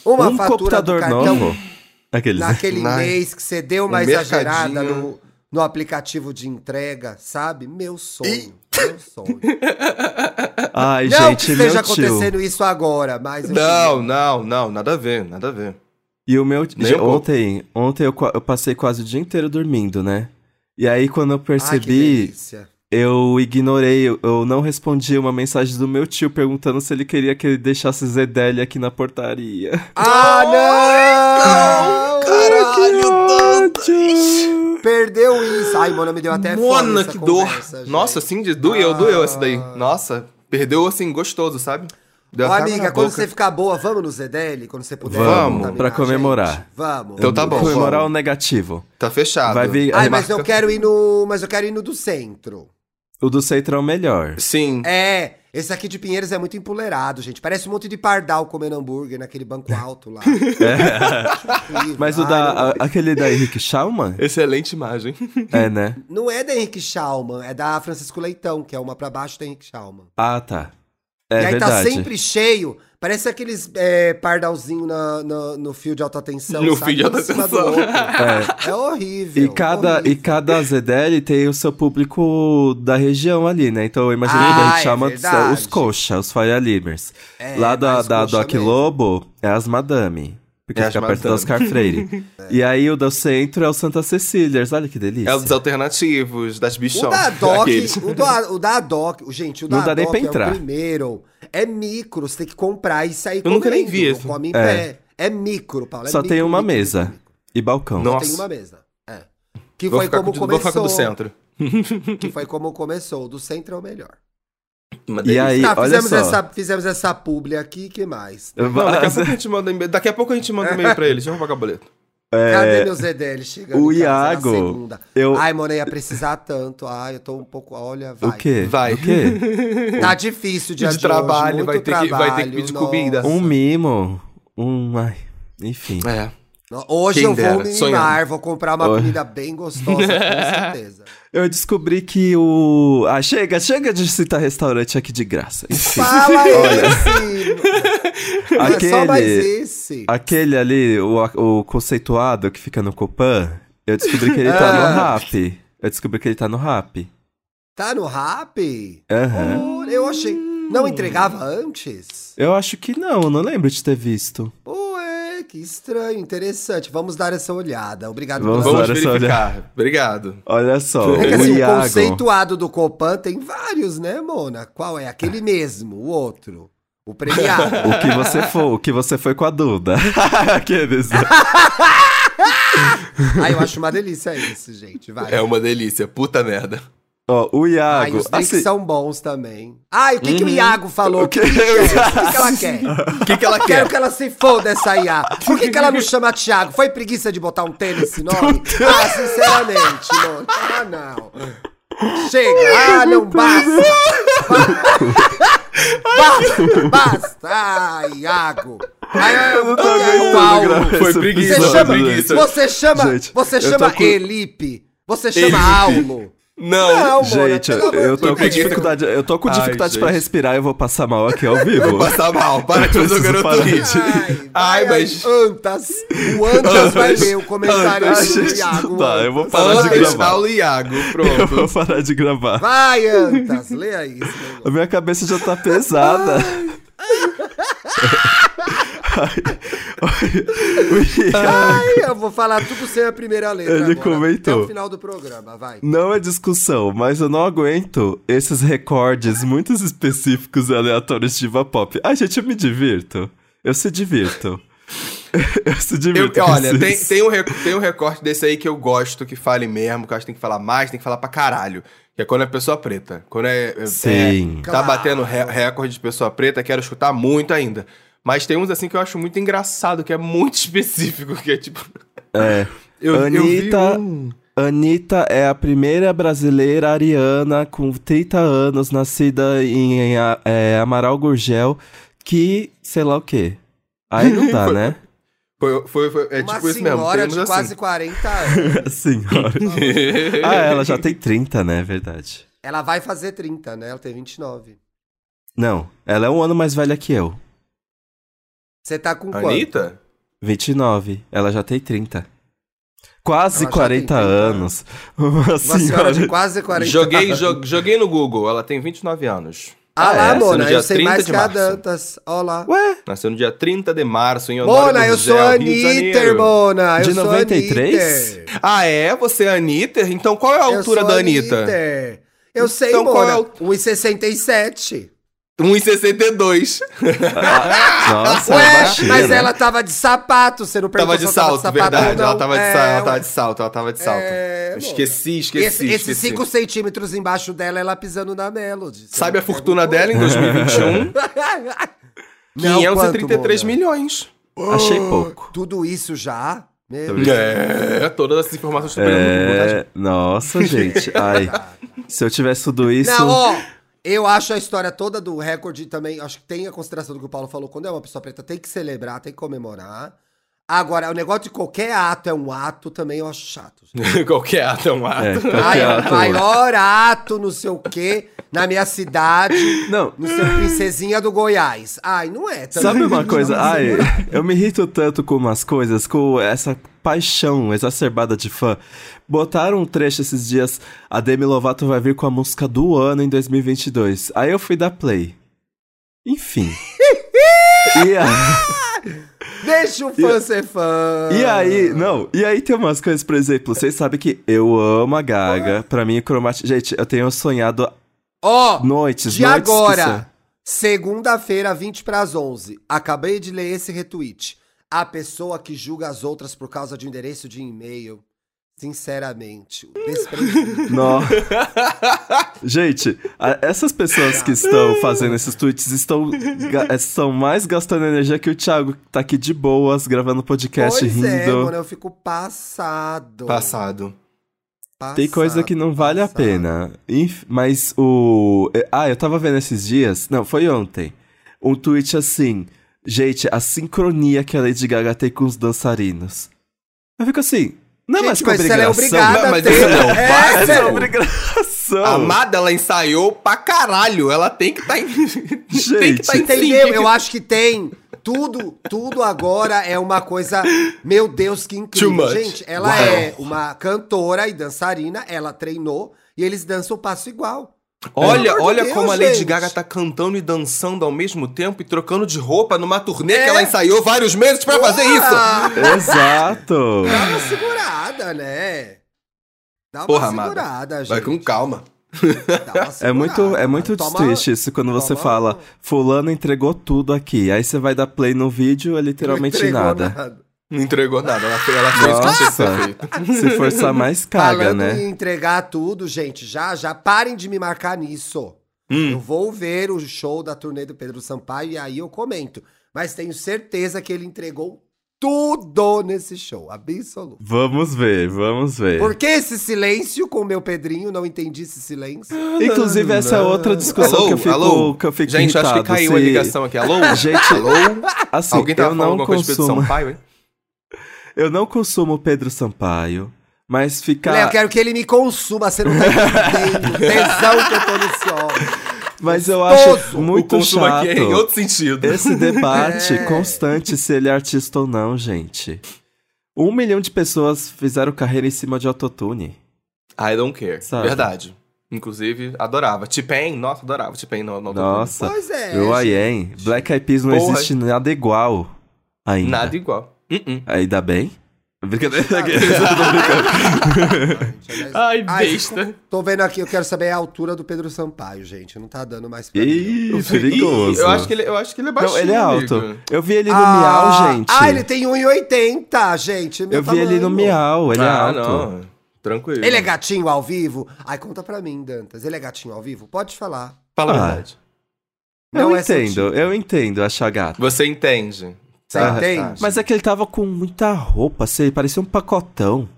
uma um fatura do computador cartão novo. Aqueles. naquele Ai. mês que você deu uma Um exagerada mercadinho. no, no aplicativo de entrega, sabe? Meu sonho, meu sonho. Ai, Não (laughs) gente, que meu esteja tio. acontecendo isso agora, mas eu Não, não, não, nada a ver, nada a ver. E o meu. Nem um pouco. ontem, ontem eu, qua- eu passei quase o dia inteiro dormindo, né? E aí, quando eu Ai, que percebi, delícia. eu ignorei, eu- eu não respondi uma mensagem do meu tio perguntando se ele queria que ele deixasse Zedele aqui na portaria. (laughs) Ah, não! ódio! Perdeu isso. Ai, Mona, me deu até fome Mona, essa que dor! conversa, gente. Nossa, assim, de doeu, Ah. doeu essa daí. Nossa, perdeu assim, gostoso, sabe? Ô, amiga, quando você ficar boa, vamos no ZDL? Quando você puder. Vamos, contaminar pra a gente? comemorar. Vamos. Então tá bom. Comemorar vamos. o negativo. Tá fechado. Vai vir. Ai, a- mas eu quero ir no. Mas eu quero ir no do centro. O do Centro é o (laughs) melhor. Sim. É, esse aqui de Pinheiros é muito empoleirado, gente. Parece um monte de pardal comendo hambúrguer naquele (laughs) banco alto lá. Horrível. É. Mas o Ai, da. não- a- aquele da Henrique Schaumann? Excelente imagem. é, né? Não é da Henrique Schaumann, é da Francisco Leitão, que é uma pra baixo da Henrique Schaumann. Ah, tá. É e aí verdade. tá sempre cheio, parece aqueles é, pardalzinho na- na- no fio de alta tensão. No sabe? fio de Um alta em cima do tensão. outro. (laughs) É. É. horrível. E cada, e horrível. cada ZDL tem o seu público da região ali, né? Então eu imagino que a Ah, gente é chama verdade. os coxa, os Faria Limers. É, Lá da, mais da coxa Doc mesmo. Lobo é as Madame. Porque É as fica perto da madame. (laughs) Oscar Freire. E aí o do centro é o Santa Cecílias. Olha que delícia. É um dos alternativos, das bichões. O da Doc, Aqueles. o, da- o da Doc, o- gente, o Não da dá nem Doc pra é entrar. o primeiro. É micro, você tem que comprar e sair Eu nunca nem vi não isso. Come em É. pé. É micro, Paulo. é Só tem micro, uma micro, mesa. micro, micro. E balcão. Não. Só Nossa. tem uma mesa. É. Que Vou foi ficar, como com, vou ficar com o começou. do centro. Que foi como começou. O do centro é o melhor. Uma E delícia. aí, tá, olha fizemos só. essa, fizemos essa publi aqui, que mais? Não, (laughs) daqui, a Mas- pouco a gente manda, e-mail- daqui a pouco a gente manda um e-mail pra eles. Deixa eu pagar o boleto. Cadê meu ZDL chegando? o em casa na Iago, segunda? é, eu- Ai, Mona, ia precisar tanto. Ai, eu tô um pouco. Olha, vai. O quê? Vai. O (laughs) quê? Tá difícil o dia De de, trabalho, hoje, muito vai ter que- vai ter que pedir trabalho, comida. nossa. Um mimo. Um. Ai. Enfim. É. No- Hoje Quem eu vou dera, me mimar, sonhando. vou comprar uma Hoje. comida bem (laughs) gostosa, com certeza. Eu descobri que o. Ah, chega, chega de citar restaurante aqui (laughs) de graça. É Enfim. Fala esse! É só mais Aquele, esse. aquele ali, o, o conceituado que fica no Copan, eu descobri que (laughs) ele tá no Ah. rap. Eu descobri que ele tá no rap. Tá no rap? Aham. Eu achei. Não entregava antes? Eu acho que não, não lembro de ter visto. Ué, é, que estranho, interessante. Vamos dar essa olhada. Obrigado Vamos pela Vamos olha só, olha. verificar. Obrigado. Olha só, É que o assim, o Iago. conceituado do Copan tem vários, né, Mona? Qual é? Aquele mesmo, o outro. O premiado. (laughs) O que você foi, o que você foi com a Duda. (laughs) Aqueles. Ah, eu acho uma delícia isso, gente. Vai. É uma delícia. Puta merda. Ó, o Ah, e Iago. os drinks (laughs) assim, Uhum. são bons também. Ah, e o que, que o Iago falou? O (laughs) O que- que, que, (laughs) é? O que que ela quer? O que, que ela quer? Quero que ela se foda essa IA. Por que, que ela não chama Thiago? Foi preguiça de botar um tênis nesse nome? Ah, sinceramente, mano. Ah, não. Chega. Ah, não basta. (laughs) Basta, basta. Ah, Iago. Ai, ai, eu tô aguentando gravar Paulo. esse preguiça, Você episódio, chama, gente. preguiça. você chama, Gente, você eu tô chama com- Elipe. Você chama Aulo. Não. Não, Mona, Gente, pelo amor eu de tô com Deus. dificuldade, eu tô com Ai, dificuldade gente. pra respirar, eu vou passar mal aqui ao (laughs) vivo. Passar mal. Para de fazer o Preciso garoto parar. rir. Ai, mas... Antas. O Antas vai ler o comentário Ai, do gente, Thiago. tá, Antas. eu vou parar de Antes, gravar. Paulo e Iago. Eu Pronto. vou parar de gravar. Vai, Antas, lê aí. esse A negócio. minha cabeça já tá pesada. O Iago Ai, eu vou falar tudo sem a primeira letra. Ele agora, comentou. Até o final do programa, vai. (laughs) Não é discussão, mas eu não aguento esses recordes muito específicos e aleatórios de diva pop. Ai, gente, eu me divirto. Eu se divirto. (laughs) eu se Eu- divirto. com olha, tem, esses. tem, um rec- tem um recorte desse aí que eu gosto que fale mesmo, que eu acho que tem que falar mais, tem que falar pra caralho. Que é quando é pessoa preta. Quando é. é- Sim. é, tá Claro. batendo re- recorde de pessoa preta, quero escutar muito ainda. Mas tem uns assim que eu acho muito engraçado, que é muito (laughs) específico, que é tipo. É. Eu, eu vi Anitta, um- Anitta é a primeira brasileira ariana com 30 anos, nascida em, em, a- é, Amaral Gurgel, que sei lá o quê. Aí não dá, né? Foi, foi, foi- é Uma tipo isso mesmo. senhora Temos de assim. quase 40 anos. (laughs) Senhora. ah, é? (laughs) ela já tem 30, né? Verdade. Ela vai fazer 30, né? Ela tem 29. Não, ela é um ano mais velha que eu. Você tá com quanto? Anitta? 29. Ela já tem 30. Quase Ela já tem 40 30 anos. (laughs) Uma Uma senhora senhora. de quase 40 Joguei, anos. jo- joguei no Google, ela tem 29 anos. Ah Ah, lá, é? No Mona, dia eu sei 30 mais de que a março. Dantas. Ó lá. Ué? Nasceu no dia 30 de março em Osório Mona, eu do sou Gel, Rio de Anitta, Janeiro. Mona. Eu De sou 93? Anitta. Ah, é? Você é Anitta? Então qual é a Eu altura sou da Anitta? Anitta. Eu sei, Então, qual Mona. é a altura? 1,67. 1,62. (laughs) Nossa, Ué, ela é baixinha, mas né? ela tava de sapato, você não perguntou Tava se de ela salto, ou verdade. não. Ela tava de É, salto, ela ué. tava de salto, ela tava de salto. É, amor. esqueci, Esse- esqueci, Esses esqueci. 5 centímetros embaixo dela, ela pisando na Melody. Você Sabe é (laughs) não a fortuna perguntou? dela em 2021? Não, 533 quanto, Mona? milhões. é Achei pouco. Tudo isso já? Meu Tô É, todas essas informações estão é... É, nossa, gente. Ai, se eu tivesse tudo isso. Não, ó, eu acho a história toda do recorde também, acho que tem a consideração do que o Paulo falou, quando é uma pessoa preta tem que celebrar, tem que comemorar. Agora, o negócio de qualquer ato é um ato também eu acho chato. gente. (laughs) Qualquer ato é um ato. É, Ai, qualquer é o ato. maior ato, não sei o quê, na minha cidade, Não, no seu princesinha do Goiás. Ai, não é. também. Sabe uma Não, coisa? não Ai, sei. (laughs) eu me irrito tanto com umas coisas, com essa paixão exacerbada de fã. Botaram um trecho esses dias, a Demi Lovato vai vir com a música do ano em 2022. Aí eu fui dar play. Enfim. (laughs) e, a- Deixa o fã ser fã. e aí, não, e aí tem umas coisas, por exemplo, vocês sabem que eu amo a Gaga, pra mim cromática... Gente, eu tenho sonhado Ó, noites, de noites que agora, são- segunda-feira, 20 para as 11. Acabei de ler esse retweet. A pessoa que julga as outras por causa de um endereço de e-mail, sinceramente, o desprezo. (laughs) Nó. Gente, a- essas pessoas que estão fazendo esses tweets estão, ga- eh, estão mais gastando energia que o Thiago, que tá aqui de boas, gravando podcast, pois é, rindo. mano, eu fico passado. Passado. Tem coisa Passado, que não vale passado. a pena. Inf- Mas o. eh, Ah, eu tava vendo esses dias. Não, foi ontem. Um tweet assim. Gente, a sincronia que a Lady Gaga tem com os dançarinos. Eu fico assim. Não é Gente, mais com mas se ela é obrigação. obrigada Não, a mas ter. isso não É, vale, sério. É obrigação. A Amada, ela ensaiou pra caralho. Ela tem que estar em. (laughs) tem que Gente. tá em Entendeu? sync. Eu acho que tem. Tudo, tudo agora é uma coisa. Meu Deus, que Too incrível. much. Gente, ela Uau. é uma cantora e dançarina, ela treinou e eles dançam o passo igual. Olha, Pelo amor de olha Deus, como a Lady gente. Gaga tá cantando e dançando ao mesmo tempo e trocando de roupa numa turnê É. que ela ensaiou vários meses pra fazer é isso. Ah, (laughs) Exato. Dá uma segurada, né? Dá uma Porra, amada. segurada, gente. Vai com calma. Dá uma É (laughs) segurada, muito, Ah, é muito Toma- triste isso quando você toma- um. fala, fulano entregou tudo aqui. Aí você vai dar play no vídeo, é literalmente entregou né? nada. Não entregou nada. Ela fez, ela fez o que tinha que ser Nossa. feito. Se forçar (laughs) mais, caga, Falando né? em entregar tudo, gente, já, já parem de me marcar nisso. Hum. Eu vou ver o show da turnê do Pedro Sampaio e aí eu comento. Mas tenho certeza que ele entregou tudo nesse show, absoluto. Vamos ver, vamos ver. Por que esse silêncio com o meu Pedrinho? Não entendi esse silêncio. Inclusive, essa é outra discussão Alô, que eu fico, alô. que eu fico Gente, irritado. acho que caiu se- a ligação aqui. Alô? (laughs) Gente, Alô? assim, Alguém tava eu falando não alguma coisa de Pedro consumo, Sampaio, hein? eu não consumo Pedro Sampaio, mas ficar, é Léo, eu quero que ele me consuma, você (laughs) não tá entendendo. o tesão que eu tô nesse homem. mas eu gostoso. acho muito o consumo chato. aqui é em outro sentido. Esse debate É. constante se ele é artista ou não, gente. Um milhão de pessoas fizeram carreira em cima de autotune. I don't care. Sabe? Verdade. Inclusive, adorava. T-Pain, nossa, adorava. T-Pain não, não Nossa. Pois é. Eu Ayen, Black Eyed Peas não Porra. existe nada igual ainda. Nada igual. Uh-uh. Ainda bem? Brincadeira. Tá gente. Ah. Ai, Ai, besta. Tô vendo aqui, eu quero saber a altura do Pedro Sampaio, gente. Não tá dando mais pra mim. (laughs) Ih, é perigoso. Eu acho que ele, eu acho que ele é baixinho, Não, ele é alto. amigo. Eu vi ele no Ah, Miau, gente. Ah, ele tem 1,80, gente. meu Eu vi ele no tamanho. Miau, ele é ah, alto. não. Tranquilo. Ele é gatinho ao vivo? Ai, conta pra mim, Dantas. Ele é gatinho ao vivo? Pode falar. Fala a Ah. verdade. Eu Não é entendo, sutil. eu entendo achar gato. Você entende. Você Tá, entende? Mas é que ele tava com muita roupa, sei, parecia um pacotão.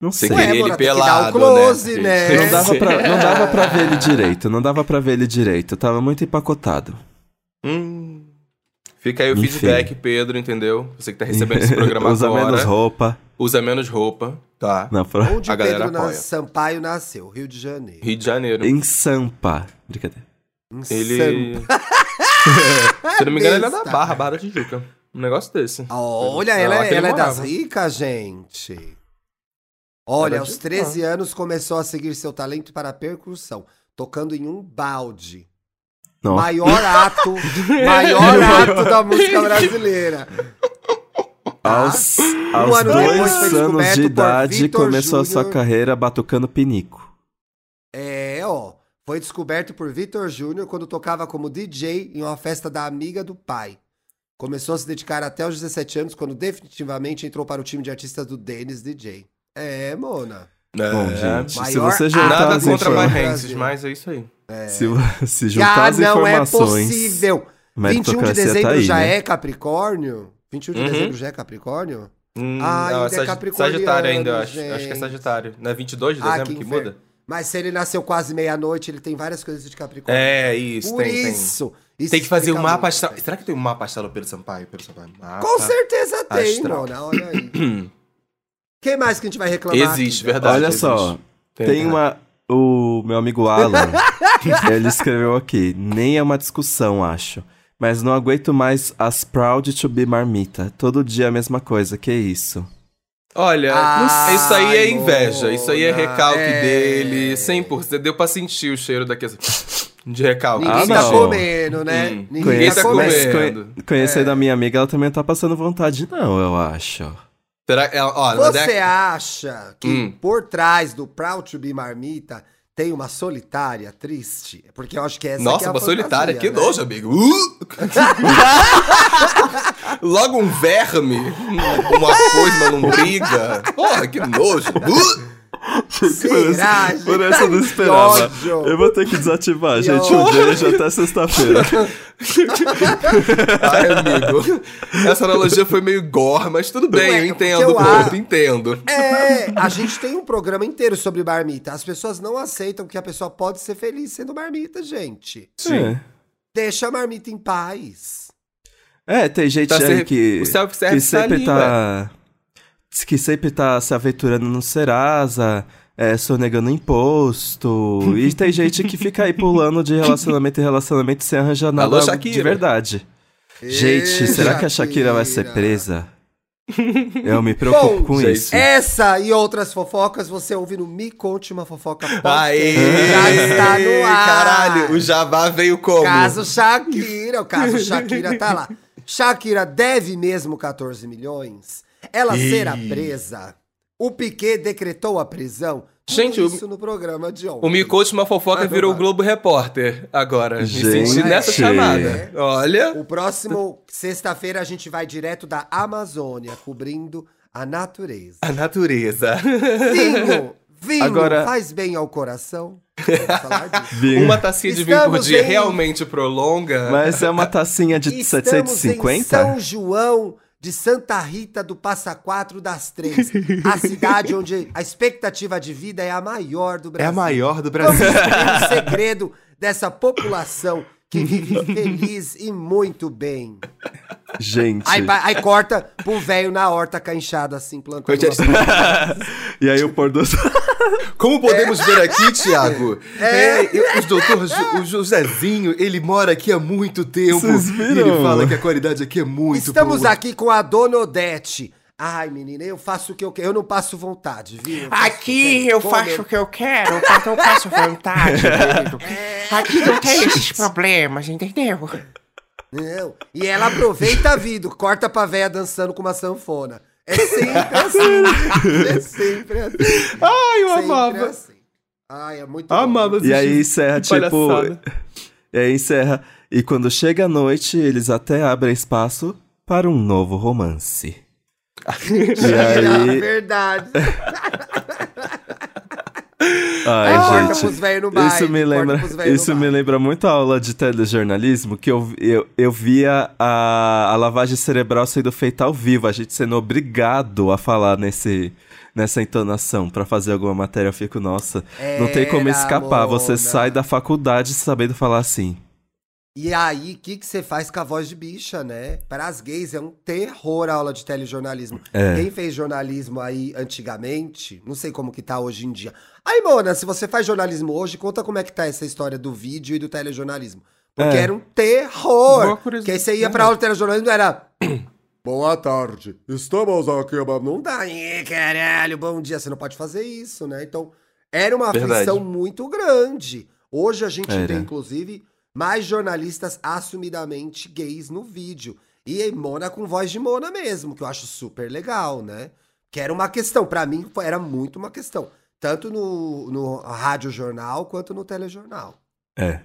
Não Você sei. Ué, queria ele Mora, é tem que dar o pelado, close, né? né? Não dava, Gente? pra, não dava pra ver ele direito, não dava pra ver ele direito. Tava muito empacotado. Hum. Fica aí o Enfim. feedback, Pedro, entendeu? Você que tá (laughs) recebendo esse programa Usa agora. menos roupa. Usa menos roupa, tá? Na pro... Onde A o galera Pedro na- apoia. Sampaio nasceu? Rio de Janeiro. Rio de Janeiro. Em Sampa. Brincadeira. Em Ele. Sampa. Se não me engano, ele é da é Besta. Barra, Barra da Tijuca. Um negócio desse. Olha, É lá ela, que ele ela é das morava. ricas, gente. Olha, Era aos de- 13 anos começou a seguir seu talento para a percussão, tocando em um balde. Não. Maior (laughs) ato, maior ato da música brasileira. Aos, Um aos ano dois depois foi anos descoberto de por idade, Vitor começou a sua Júnior. carreira batucando pinico. É, ó. Foi descoberto por Vitor Júnior quando tocava como DJ em uma festa da amiga do pai. Começou a se dedicar até os 17 anos, quando definitivamente entrou para o time de artistas do Dennis DJ. É, Mona. Bom, É. gente, Então, se Maior você juntar Nada as contra (laughs) informa- My Brasil. Hanks, mas é isso aí. se, vo- se juntar as não é informações... possível. 21 de Meritocracia dezembro tá aí, já né? é Capricórnio? 21 de Uhum. dezembro já é Capricórnio? Hum, Ah, ainda é Sag- capricorniano, Sagitário ainda, eu acho. Acho que é gente. Sagitário. Não é 22 de Ah, dezembro que que, inferno. muda? Mas se ele nasceu quase meia-noite, ele tem várias coisas de Capricórnio. É, isso, Por tem, tem. isso. isso Tem que fazer um explica mapa muito, astral. velho. Será que tem um mapa astral do Pedro Sampaio? Pedro Sampaio. Mapa. Com certeza tem, astral. Mona. Olha aí. (clears throat) Quem mais que a gente vai reclamar? Existe, aqui, verdade. Olha existe. só, Tem, tem né? uma. O meu amigo (laughs) Alan, ele escreveu aqui, nem é uma discussão, acho. Mas não aguento mais as proud to be marmita. Todo dia a mesma coisa, que isso. Olha, Ah, isso aí é inveja. Mona, Isso aí é recalque é. dele. 100%. Deu pra sentir o cheiro daqui assim, de recalque. Ninguém Ah, tá não. comendo, né? Hum. Ninguém Conheço- tá tá comendo. mas comendo. conhe- conhecendo a minha amiga, ela também não tá passando vontade, não, eu acho. Será que. Ó, na Você década- acha que Hum. por trás do Proud to be marmita tem uma solitária triste? Porque eu acho que essa que Nossa, é a uma solitária. fantasia, Que né? nojo, amigo. Uh! (laughs) Logo um verme. um- Uma coisa, uma lombriga. Porra, que nojo. Uh! Será, gente? assim? Tá Por essa eu não Que esperava. ódio. Eu vou ter que desativar, gente. ódio. O beijo até (laughs) sexta-feira. Ai, amigo. Essa analogia foi meio gore, mas tudo bem, Ué, eu entendo porque o eu ponto, acho- entendo. É, a gente tem um programa inteiro sobre marmita. As pessoas não aceitam que a pessoa pode ser feliz sendo marmita, gente. É. Deixa a marmita em paz. É, tem gente Tá aí ser- que. o self-service que tá sempre ali, tá. Que sempre tá se aventurando no Serasa, é, sonegando imposto. e (laughs) tem gente que fica aí pulando de relacionamento em relacionamento sem arranjar nada Alô, Shakira. de verdade. Gente, Ê, será que a Shakira vai ser presa? Eu me preocupo Bom, com gente, é isso. Essa e outras fofocas você ouve no Me Conte Uma Fofoca Podcast. Aê! Já está no ar. Caralho, o Jabá veio como? Caso Shakira, o caso Shakira tá lá. Shakira deve mesmo 14 milhões? Ela Ih. será presa? O Piquet decretou a prisão? Tudo Gente, o- isso no programa de ontem. O Me Conte Uma Fofoca Ah, virou o não. Globo Repórter agora. Me Gente. senti nessa É. chamada. Olha. O próximo, sexta-feira, a gente vai direto da Amazônia, cobrindo a natureza. A natureza. Vinho! Vinho Agora- faz bem ao coração. Vamos falar disso. (laughs) Vinho. Uma tacinha de vinho por Estamos dia em- realmente prolonga. Mas é uma tacinha de Estamos 750? em São João de Santa Rita do Passa Quatro das Três. a cidade onde a expectativa de vida é a maior do É Brasil. a maior do Vamos Brasil. descobrir o segredo dessa população que (laughs) vive feliz e muito bem. Gente. Aí, pa- aí corta pro velho na horta cainchada, assim, plantando. Coitado. uma- e aí o pôr do sol. (laughs) Como podemos ver aqui, Tiago, é. eu- os doutor Ju- o Josézinho, ele mora aqui há muito tempo. Vocês E ele viram? fala que a qualidade aqui é muito Estamos boa. aqui com a Dona Odete. Ai, menina, eu faço o que eu quero. Eu não passo vontade, viu? Eu faço o que Aqui quero. eu Como faço o que eu quero, É. eu não passo vontade, (laughs) querido. Aqui não tem esses problemas, (laughs) entendeu? Não. E ela aproveita a vida, corta pra véia dançando com uma sanfona. É sempre assim. é sempre assim. Ai, eu Sempre amava. assim. Ai, é muito Amava. bom. E assistir aí encerra, que tipo. palhaçada. E aí encerra. E quando chega a noite, eles até abrem espaço para um (laughs) novo romance. e Mentira, aí. É verdade. Ai, Corta é gente. pros velhos no baile, isso me corta lembra, pros velhos isso no me baile. lembra muito a aula de telejornalismo que eu, eu, eu via a, a lavagem cerebral sendo feita ao vivo, a gente sendo obrigado a falar nesse, nessa entonação pra fazer alguma matéria. Eu fico, nossa, não tem como Era, escapar. Você Mona. sai da faculdade sabendo falar assim. E aí, o que que você faz com a voz de bicha, né? Para as gays é um terror a aula de telejornalismo. É. Quem fez jornalismo aí antigamente, não sei como que tá hoje em dia. Aí, Mona, se você faz jornalismo hoje, conta como é que tá essa história do vídeo e do telejornalismo. Porque É. era um terror. Boa Porque curiosidade. aí você ia pra aula de telejornalismo era... (clears throat) Boa tarde, estamos aqui... mas Não dá, Ih, caralho, bom dia. Você não pode fazer isso, né? Então, era uma Verdade. aflição muito grande. Hoje a gente É, Era. né? tem, inclusive, mais jornalistas assumidamente gays no vídeo. E em Mona com voz de Mona mesmo, que eu acho super legal, né? Que era uma questão, pra mim foi- era muito uma questão. Tanto no, no rádio jornal quanto no telejornal. É.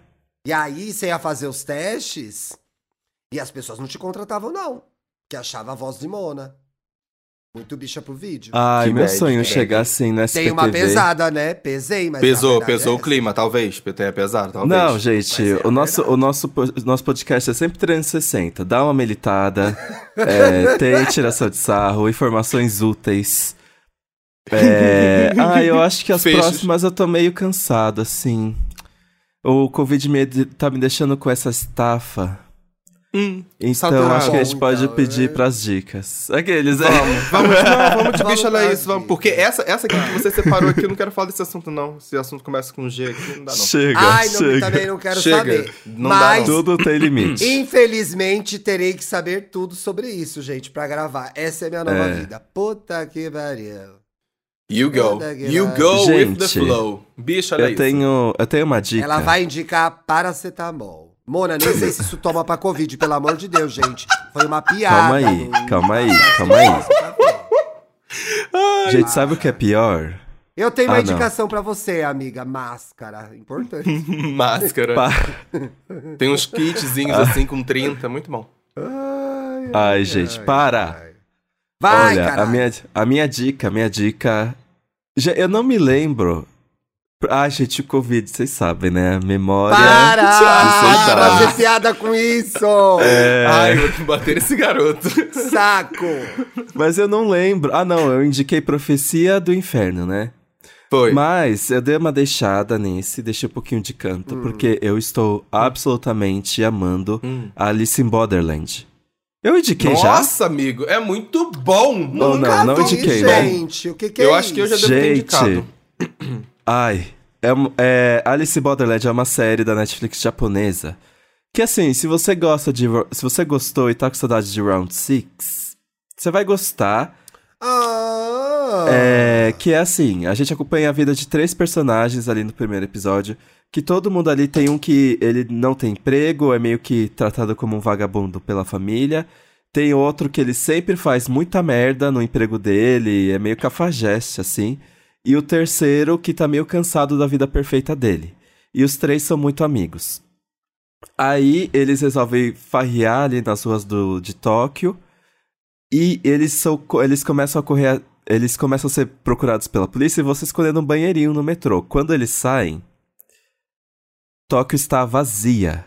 E aí você ia fazer os testes e as pessoas não te contratavam, não. Que achava a voz de Mona. Muito bicha pro vídeo. Ai, Que meu bad, sonho que chegar bad. assim na SPTV. Tem uma pesada, né? Pesei, mas. na Pesou, verdade pesou é o clima, talvez. PT é pesado, talvez. Não, Mas gente, é o, a nosso, verdade. o nosso, po- nosso podcast é sempre 360. Dá uma (laughs) militada, é, tem tiração de sarro, informações úteis. (laughs) É, ah, eu acho que as Fechos. próximas eu tô meio cansado, assim. O Covid me, tá me deixando com essa estafa. Hum, Então Saturado. acho que a gente Bom, pode então, pedir é. pras dicas. Aqueles, é. vamos, vamos, não, vamos de Vamos bicha pra lá isso, vamos. dica. Porque essa, essa aqui que você separou aqui, eu não quero falar desse assunto, não. Esse assunto começa com G aqui, não dá, não. Chega, Ai, não, chega. também não quero Chega. saber. Não dá, mas, não. Tudo tem limite. infelizmente, terei que saber tudo sobre isso, gente, pra gravar. Essa é minha nova É. vida. Puta que pariu. You go. Puta que You pariu. go with the Gente, flow. Bicha lá Eu isso. tenho, eu tenho uma dica. Ela vai indicar paracetamol. Mona, nem sei se isso toma pra Covid, pelo amor de Deus, gente. Foi uma piada. Calma aí, não- calma aí, calma aí. Gente, sabe o que é pior? Eu tenho uma Ah, não. indicação pra você, amiga. Máscara. Importante. (laughs) (laughs) Máscara. Pa- Tem uns Ah. kitzinhos assim com 30, muito bom. Ai, Ai, gente, para. ai. Vai, Olha, cara. a minha, a minha dica, a minha dica. Já, eu não me lembro. Ai, gente, o Covid, vocês sabem, né? Memória. Para! Isso, Para tá. fazer piada com isso! É, Ai, vou bater (laughs) esse garoto. Saco! mas eu não lembro. Ah, não, eu indiquei Profecia do Inferno, né? Foi. Mas eu dei uma deixada nesse, deixei um pouquinho de canto, porque eu estou absolutamente amando Hum. Alice in Borderland. Eu indiquei já? Nossa, amigo, é muito bom. Ou Nunca não, não vi. Ih, indiquei, né? gente, o que que é Eu acho que eu já isso? devo ter Gente. indicado. Ai. É, um- é, Alice in Borderland é uma série da Netflix japonesa. Que assim, se você gosta de. ro- Se você gostou e tá com saudade de Round 6, você vai gostar. Ah, É, que é assim, a gente acompanha a vida de três personagens ali no primeiro episódio. Que todo mundo ali tem um que ele não tem emprego, é meio que tratado como um vagabundo pela família. Tem outro que ele sempre faz muita merda no emprego dele, é meio cafajeste, assim. E o terceiro que tá meio cansado da vida perfeita dele. E os três são muito amigos. Aí eles resolvem farrear ali nas ruas do, de Tóquio. E eles, são, co- eles começam a correr. a- Eles começam a ser procurados pela polícia e você escolhendo um banheirinho no metrô. Quando eles saem, Tóquio está vazia.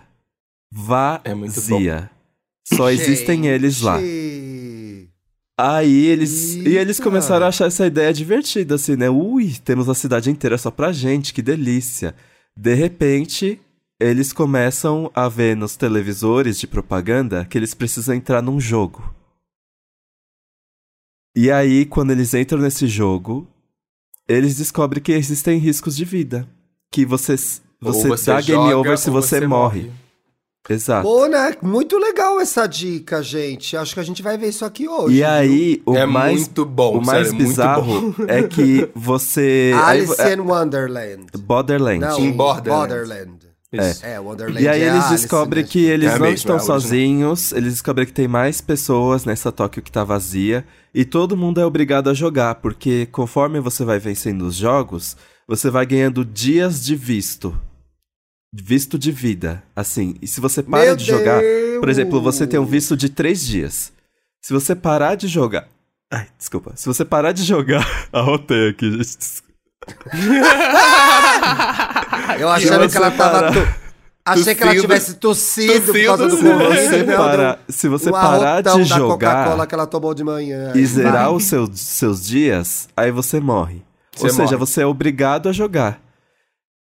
Vazia. É muito bom. Só existem gente. eles lá. Aí eles. E eles Eita. começaram a achar essa ideia divertida, assim, né? Ui, temos a cidade inteira só pra gente, que delícia. De repente, eles começam a ver nos televisores de propaganda que eles precisam entrar num jogo. E aí, quando eles entram nesse jogo, eles descobrem que existem riscos de vida. Que você, s- Ou você, dá game joga over se ou você, morre. Exato. Mona, né? muito legal essa dica, gente. Acho que a gente vai ver isso aqui hoje. E aí, o é mais muito bom, O mais sério, é muito bom. (laughs) bizarro é que (laughs) você. aí Alice vo- é- in Wonderland. Borderland. Não, Em Borderland. Borderland. Isso. É, Wonderland E aí é eles Alice, descobrem né, que gente? eles É não mesmo, estão é original. sozinhos, eles descobrem que tem mais pessoas nessa Tóquio que tá vazia, e todo mundo é obrigado a jogar, porque conforme você vai vencendo os jogos, você vai ganhando dias de visto. Visto de vida, assim. E se você para Meu de jogar, por Deus! exemplo, você tem um visto de três dias. Se você parar de jogar. Ai, desculpa. Se você parar de jogar. (laughs) Arrotei aqui, gente. desculpa. Eu achando que ela tava. Para. Tu... Achei que ela Tossido. tivesse tossido por causa do Se você Covid, né? parar, se você O parar arrotão de da Coca-Cola jogar que ela tomou de manhã. e Vai. zerar os seus, seus dias, aí você morre. Ou Você seja, morre. você é obrigado a jogar.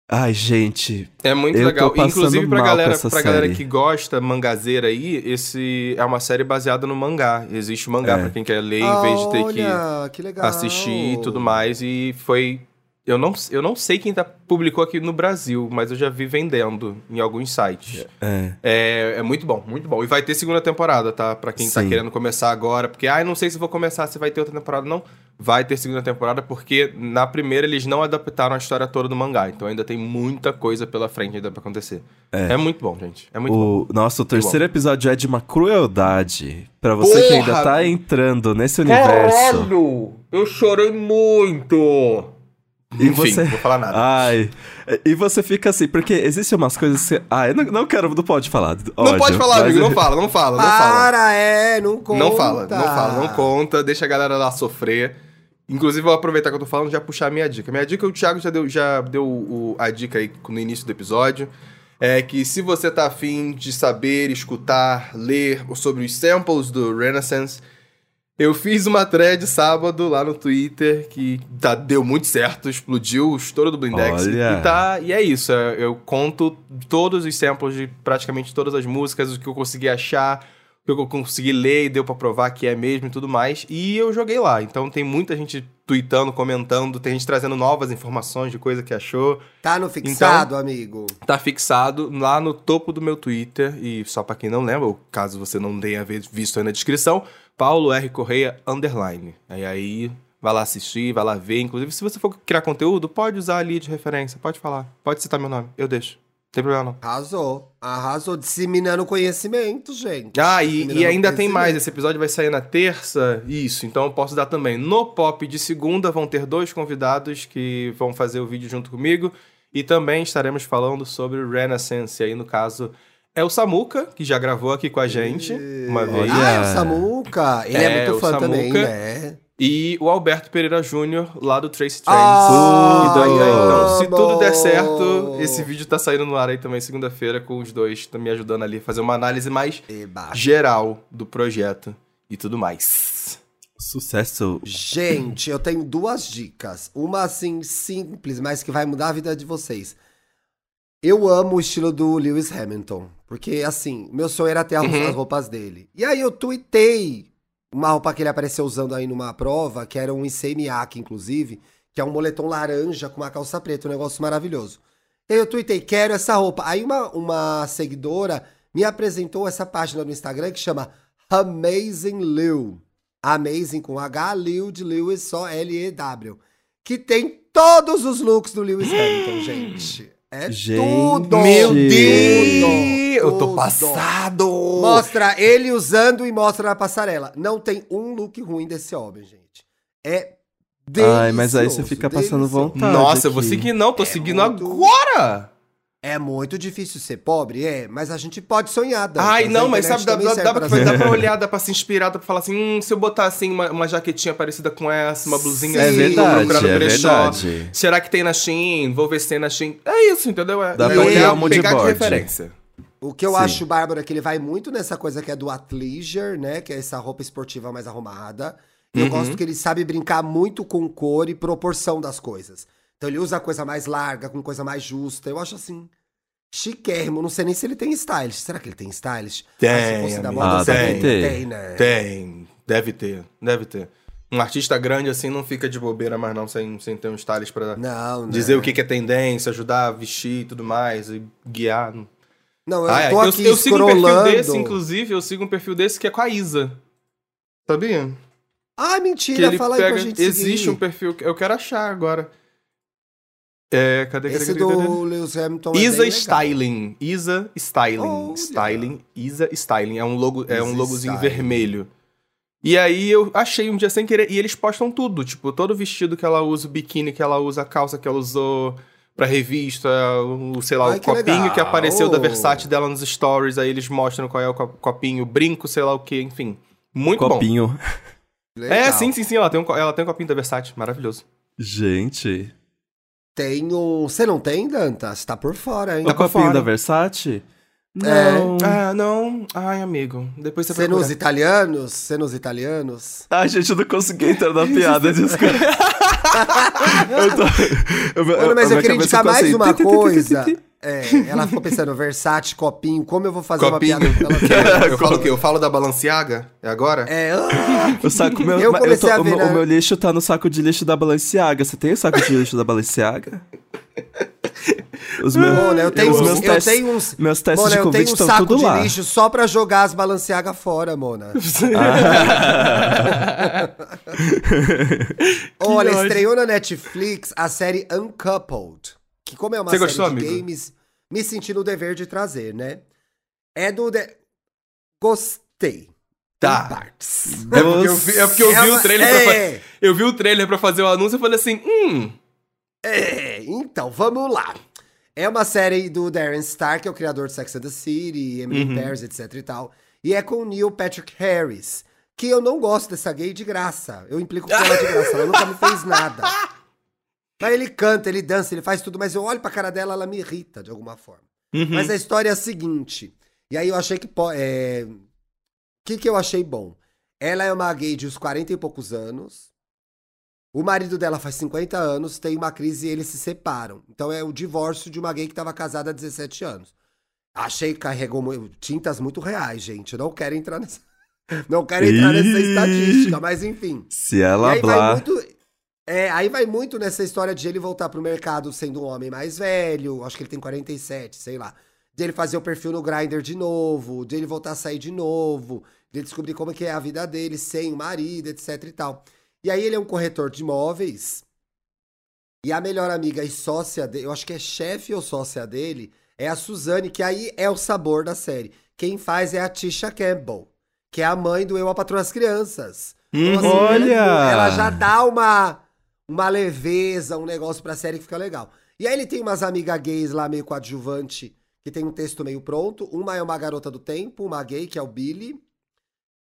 Ai, gente. É muito Eu tô legal. passando Inclusive, pra mal com galera, essa pra galera série. que gosta mangazeira aí, esse é uma série baseada no mangá. Existe mangá É. pra quem quer ler, em vez de ter que Olha, que legal. assistir e tudo mais. E foi. Eu não, eu não sei quem tá, publicou aqui no Brasil, mas eu já vi vendendo em alguns sites. É. É, é muito bom, muito bom. E vai ter segunda temporada, tá? Pra quem tá Sim. querendo começar agora. Porque, ai, não sei se vou começar, se vai ter outra temporada. Não, vai ter segunda temporada, porque na primeira eles não adaptaram a história toda do mangá. Então ainda tem muita coisa pela frente ainda pra acontecer. É, muito bom, gente. É muito bom. O, nossa, o terceiro episódio é de uma crueldade. Pra você que ainda Porra! tá entrando nesse universo. Eu chorei muito! E Ah, Enfim, não vou falar nada. Ai. E você fica assim, porque existem umas coisas que. você- Ah, eu não, não quero, não pode falar. Não pode falar, (laughs) amigo, não pode. fala, não fala, não fala. Para, é, não conta. Não fala, não fala, não conta, deixa a galera lá sofrer. Inclusive, eu vou aproveitar que eu tô falando e já puxar a minha dica. Minha dica, o Thiago já deu, já deu o- a dica aí no início do episódio. É que se você tá afim de saber, escutar, ler sobre os samples do Renaissance, eu fiz uma thread sábado lá no Twitter que tá- deu muito certo, explodiu o estouro do Blindex. Olha. E, tá, e é isso, é, eu conto todos os samples de praticamente todas as músicas, o que eu consegui achar, o que eu consegui ler e deu pra provar que é mesmo e tudo mais. E eu joguei lá, então tem muita gente tweetando, comentando, tem gente trazendo novas informações de coisa que achou. Tá no fixado, amigo. Tá fixado lá no topo do meu Twitter. E só pra quem não lembra, ou caso você não tenha ve- visto aí na descrição, Paulo R. Correia Underline. Aí aí, vai lá assistir, vai lá ver. Inclusive, se você for criar conteúdo, pode usar ali de referência, pode falar, pode citar meu nome, eu deixo. Não tem problema não. Arrasou. Arrasou. Disseminando conhecimento, gente. Ah, e, Disseminando e ainda tem mais. conhecimento. Esse episódio vai sair na terça. Isso, então eu posso dar também. No pop de segunda vão ter dois convidados que vão fazer o vídeo junto comigo. E também estaremos falando sobre o Renaissance. E aí, no caso, é o Samuca, que já gravou aqui com a gente uma vez. Olha. Ah, é o Samuca. Ele é, É, muito o fã também, Samuca. né? E o Alberto Pereira Júnior, lá do Trace Trains. Ah, Então, então, se amo! tudo der certo, esse vídeo tá saindo no ar aí também segunda-feira com os dois tá me ajudando ali a fazer uma análise mais Eba. geral do projeto e tudo mais. Sucesso. Gente, eu tenho duas dicas. Uma assim simples, mas que vai mudar a vida de vocês. Eu amo o estilo do Lewis Hamilton, porque assim, meu sonho era ter as Uhum. as roupas dele. E aí eu tuitei uma roupa que ele apareceu usando aí numa prova, que era um ICMAC, inclusive, que é um moletom laranja com uma calça preta, um negócio maravilhoso. E aí eu tuitei, quero essa roupa. Aí uma, uma seguidora me apresentou essa página no Instagram que chama Amazing Lil. Amazing com H, Lil de Lewis, só L-E-W. Que tem todos os looks do Lewis (gasps) Hamilton, gente. É Gente. tudo! Meu Tudo, Deus! Eu tô tudo. passado! Mostra ele usando e mostra na passarela. Não tem um look ruim desse homem, gente. É delicioso. Ai, mas aí você fica passando delicioso. vontade. Nossa, eu aqui. vou seguir não, tô seguindo muito- agora! É muito difícil ser pobre, é, mas a gente pode sonhar, Dantas. Ai, A não, mas internet tá sabe, também dá, dá, serve dá, pra pra, dá sonhar. pra olhar, dá pra se inspirar, dá pra falar assim, hum, se eu botar assim uma, uma jaquetinha parecida com essa, uma blusinha É assim, vou procurar verdade, no é brechó. verdade. Será que tem na Shein? Vou ver se tem na Shein. É isso, entendeu? É, Dá pra criar pegar- um mood pegar de board. referência. (laughs) O que eu Sim. acho, Bárbara, é que ele vai muito nessa coisa que é do athleisure, né? Que é essa roupa esportiva mais arrumada. E eu Uhum. gosto que ele sabe brincar muito com cor e proporção das coisas. Então ele usa coisa mais larga, com coisa mais justa. Eu acho assim, chiquérrimo. Não sei nem se ele tem stylist. Será que ele tem stylist? Tem, Ah, se fosse da amigo, moda, tem, também tem. tem, né? Tem, deve ter, deve ter. Um artista grande assim não fica de bobeira mais não, sem, sem ter uns talhas pra Não, né? dizer o que, que é tendência, ajudar a vestir e tudo mais, e guiar. Não, eu Ah, é. tô aqui sigo um perfil scrollando. desse, inclusive, eu sigo um perfil desse que é com a Isa. Sabia? Ah, Que mentira, fala aí pra gente Existe seguir. um perfil que eu quero achar agora. É, cadê? cadê, Esse cadê, cadê? do Lewis Hamilton é Isa bem legal. Styling. Isa Styling. Olha. Styling. Isa Styling. É um, logo, é um Isa logozinho Styling. vermelho. E aí eu achei um dia sem querer. E eles postam tudo. Tipo, todo o vestido que ela usa, o biquíni que ela usa, a calça que ela usou pra revista, o, sei lá, Ai, o que copinho legal. que apareceu da Versace dela nos stories. Aí eles mostram qual é o co- copinho, brinco, sei lá o que, enfim. Muito bom. Copinho. Legal. É, sim, sim, sim. Ela tem, um, co- ela tem um copinho da Versace. Maravilhoso. Gente. Tem um. Você não tem, Dantas? Tá por fora, hein? O Tá por copinho fora. da Versace? É. Não. Ah, não. Ai, amigo. Depois você Você nos procura. italianos? Você nos italianos? Ai, gente, eu não consegui entrar na (laughs) piada, desculpa. eu tô... eu- Mano, mas a eu minha queria cabeça indicar ficou mais assim, uma ti, ti, ti, ti, coisa. ti, ti. É, ela ficou pensando, Versace, copinho, como eu vou fazer Copinho. uma (laughs) piada com (laughs) ela? Eu falo o quê? Eu falo da Balenciaga? É agora? É, ah, O saco meu, Eu mas comecei tô- a o, ver meu, na- o meu lixo tá no saco de lixo da Balenciaga. Você tem o saco de lixo (laughs) da Balenciaga? Os meus, Mona, eu tenho, os uns- meus eu testes, tenho uns. meus testes Mona, de eu Covid tenho um estão saco tudo de lá. lixo só pra jogar as balanceagas fora, Mona. Ah, Olha, Que nojo. estreou na Netflix a série Uncoupled, que como é uma Você série gostou, de amigo? games, me senti no dever de trazer, né? É do... de- Gostei. Tá. Em partes. É porque eu vi, é porque eu vi Ela- o trailer é. pra fa- Eu vi o trailer pra fazer o anúncio e falei assim, hum. É, então, vamos lá. É uma série do Darren Star, que é o criador de Sex and the City, Emily Uhum. Paris, etc e tal. E é com o Neil Patrick Harris, que eu não gosto dessa gay de graça. Eu implico com ela de graça, ela nunca me fez nada. Mas ele canta, ele dança, ele faz tudo, mas eu olho pra cara dela, ela me irrita de alguma forma. Uhum. Mas a história é a seguinte. E aí eu achei que. po- É... O que, que eu achei bom? Ela é uma gay de uns 40 e poucos anos. O marido dela faz 50 anos, tem uma crise e eles se separam. Então é o divórcio de uma gay que estava casada há 17 anos. Achei que carregou mu- tintas muito reais, gente. Eu não quero entrar nessa. (laughs) Não quero entrar nessa Ih. estatística, mas enfim. (laughs) Se E ela aí vai blá. muito. É, aí vai muito nessa história de ele voltar pro mercado sendo um homem mais velho, acho que ele tem 47, sei lá. De ele fazer o perfil no Grindr de novo, de ele voltar a sair de novo, de ele descobrir como é que é a vida dele sem o marido, etc e tal. E aí ele é um corretor de imóveis. E a melhor amiga e sócia dele, eu acho que é chefe ou sócia dele, é a Suzane, que aí é o sabor da série. Quem faz é a Tisha Campbell, que é a mãe do Eu, a Patroa das Crianças. Então, assim, Olha! Ela já dá uma, uma leveza, um negócio pra série que fica legal. E aí ele tem umas amigas gays lá, meio coadjuvante, que tem um texto meio pronto. Uma é uma garota do tempo, uma gay, que é o Billy,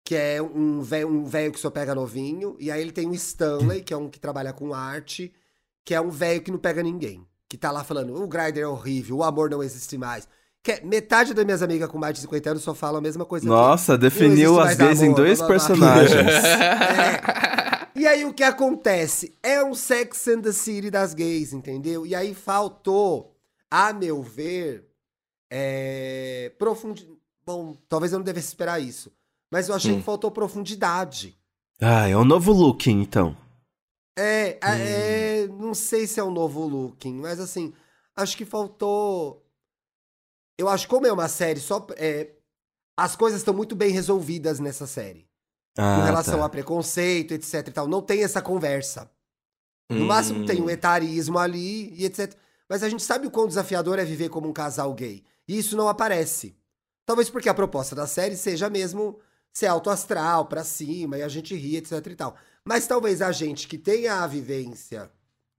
que é um velho um velho que só pega novinho. E aí ele tem o Stanley, que é um que trabalha com arte, que é um velho que não pega ninguém. Que tá lá falando, o Grindr é horrível, o amor não existe mais. Que é- metade das minhas amigas com mais de 50 anos só falam a mesma coisa que eu. Nossa, definiu existe mais as gays em amor, dois blá, blá, blá. personagens. E aí o que acontece? É um Sex and the City das gays, entendeu? E aí faltou, a meu ver, é... profundidade. Bom, talvez eu não devesse esperar isso. Mas eu achei Hum. que faltou profundidade. ah, é um novo look, então. É, Hum. a- é, não sei se é um novo looking, mas assim, acho que faltou. Eu acho que como é uma série só, é, as coisas estão muito bem resolvidas nessa série, com Ah, relação tá. a preconceito, etc. E tal, não tem essa conversa. No Hum. máximo tem um o etarismo ali e etc. Mas a gente sabe o quão desafiador é viver como um casal gay. E isso não aparece. Talvez porque a proposta da série seja mesmo ser autoastral, pra cima, e a gente ri, etc e tal. Mas talvez a gente que tenha a vivência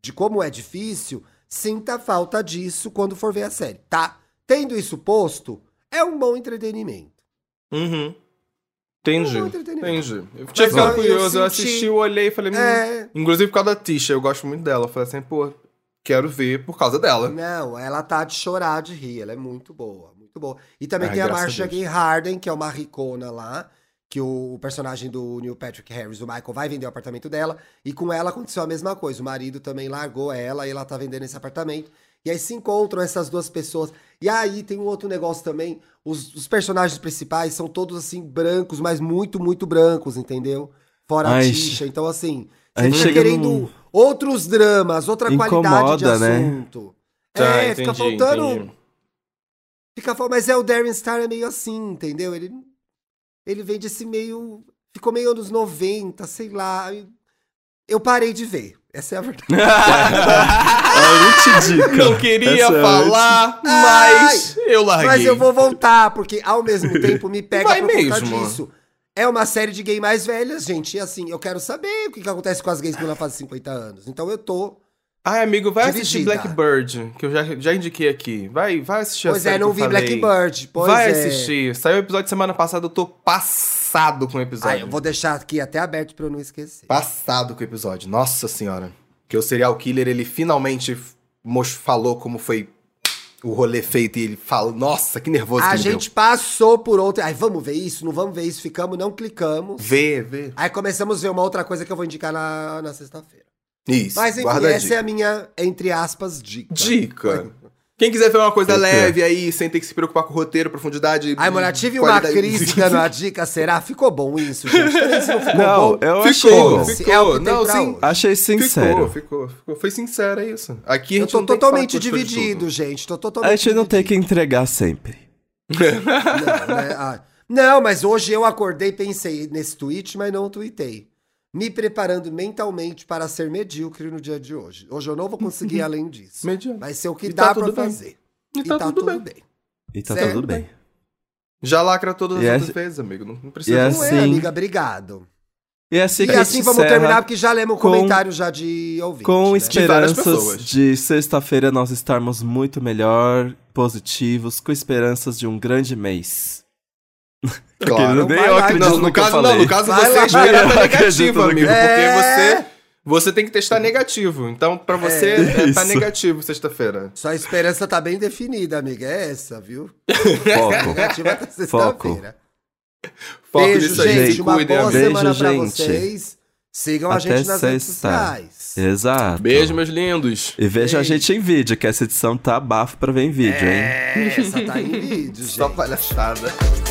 de como é difícil, sinta falta disso quando for ver a série, tá? Tendo isso posto, é um bom entretenimento. Uhum. É Entendi. um bom entretenimento. Entendi. Eu tinha eu- ficado eu curioso, eu, senti- assisti, eu olhei e falei. "Hum". É. Inclusive por causa da Tisha, eu gosto muito dela. Eu falei assim, pô, quero ver por causa dela. Não, ela tá de chorar de rir, ela é muito boa, muito boa. E também Ai, tem a graças a Marcia Deus. Gay Harden, que é uma ricona lá, que o, o personagem do Neil Patrick Harris, o Michael, vai vender o apartamento dela, e com ela aconteceu a mesma coisa. O marido também largou ela e ela tá vendendo esse apartamento. E aí se encontram essas duas pessoas. E aí tem um outro negócio também. Os, os personagens principais são todos assim, brancos, mas muito, muito brancos, entendeu? Fora a Ai, Tisha. Então, assim, a você gente fica chega querendo num- outros dramas, outra qualidade de Incomoda, né? assunto. Tá, é, entendi, fica faltando. entendi. Fica faltando. Mas é o Darren Star é meio assim, entendeu? Ele, ele vem desse meio. Ficou meio anos 90, sei lá. Eu parei de ver. Essa é a verdade. (laughs) (laughs) a dica. Ah, Não queria É Essa é a falar, mas eu larguei. Mas eu vou voltar, porque ao (laughs) mesmo tempo me pega Vai por conta mesmo. disso. É uma série de gays mais velhas, gente. E assim, eu quero saber o que, que acontece com as gays quando ela faz 50 anos. Então eu tô. Ai, amigo, vai assistir Dividida. Blackbird, que eu já, já indiquei aqui. Vai, vai assistir Pois a série é, não que vi eu falei. Blackbird. Pois vai é. assistir. Saiu o episódio semana passada, eu tô passado com o episódio. Ah, eu vou deixar aqui até aberto pra eu não esquecer. Passado com o episódio, nossa senhora. Que o serial killer, ele finalmente mos- falou como foi o rolê feito e ele fala, nossa, que nervoso A que me deu. gente passou por outra. Ai, vamos ver isso, não vamos ver isso, ficamos, não clicamos. Vê, vê. Aí começamos a ver uma outra coisa que eu vou indicar na, na sexta-feira. Isso, Mas enfim, guarda a essa dica. é a minha, entre aspas, dica. Dica. Quem quiser ver uma coisa Dica. leve aí, sem ter que se preocupar com o roteiro, profundidade... Ai, mulher, tive uma crise (laughs) né, dando a dica, será? Ficou bom isso, gente? Também se não ficou Não, bom. eu achei Ficou, bom. Se é o ficou. que tem Não, pra sim, hoje. Achei Tá sincero. Ficou, ficou, ficou. Foi sincero, é isso. Aqui a Eu gente tô não tem que falar totalmente que gostou de (laughs) dividido, gente. Tô totalmente A gente não tem que entregar sempre. Não, né? Ah, não, mas hoje eu acordei e pensei nesse tweet, mas não tuitei. Me preparando mentalmente para ser medíocre no dia de hoje. Hoje eu não vou (laughs) conseguir ir além disso. tudo. Mediano. Vai ser o que E dá tá pra tudo bem. fazer. E tá, tudo, bem. E tá Certo. tudo bem. Já lacra todas as E outras essa- vezes, amigo. Não, não e precisa. Não essa- é, Assim. amiga? Obrigado. E assim, E que a gente assim vamos encerra terminar, porque já lemos o com- comentário já de ouvinte. Com né? De várias esperanças pessoas. de, sexta-feira nós estarmos muito melhor, positivos, com esperanças de um grande mês. Claro. nem vai eu lá, acredito no Não, no que eu caso, falei. não. No caso, Vai você lá. é esperança Eu acredito negativa, no que- amigo. É. Porque você, você tem que testar negativo. Então, pra você, é, tá Isso. negativo sexta-feira. Sua esperança tá bem definida, amiga. É essa, viu? (laughs) Foco. Negativa até sexta-feira. Foco Beijo, nisso aí. gente. Se Uma boa cuidem, amigo. Beijo, semana pra gente. vocês. Sigam a Até gente nas redes sexta. sociais. Exato. Beijo, meus lindos. E veja a Beijo. gente em vídeo, que essa edição tá bafo pra ver em vídeo, hein? É, Essa tá em vídeo, gente. Só palhaçada.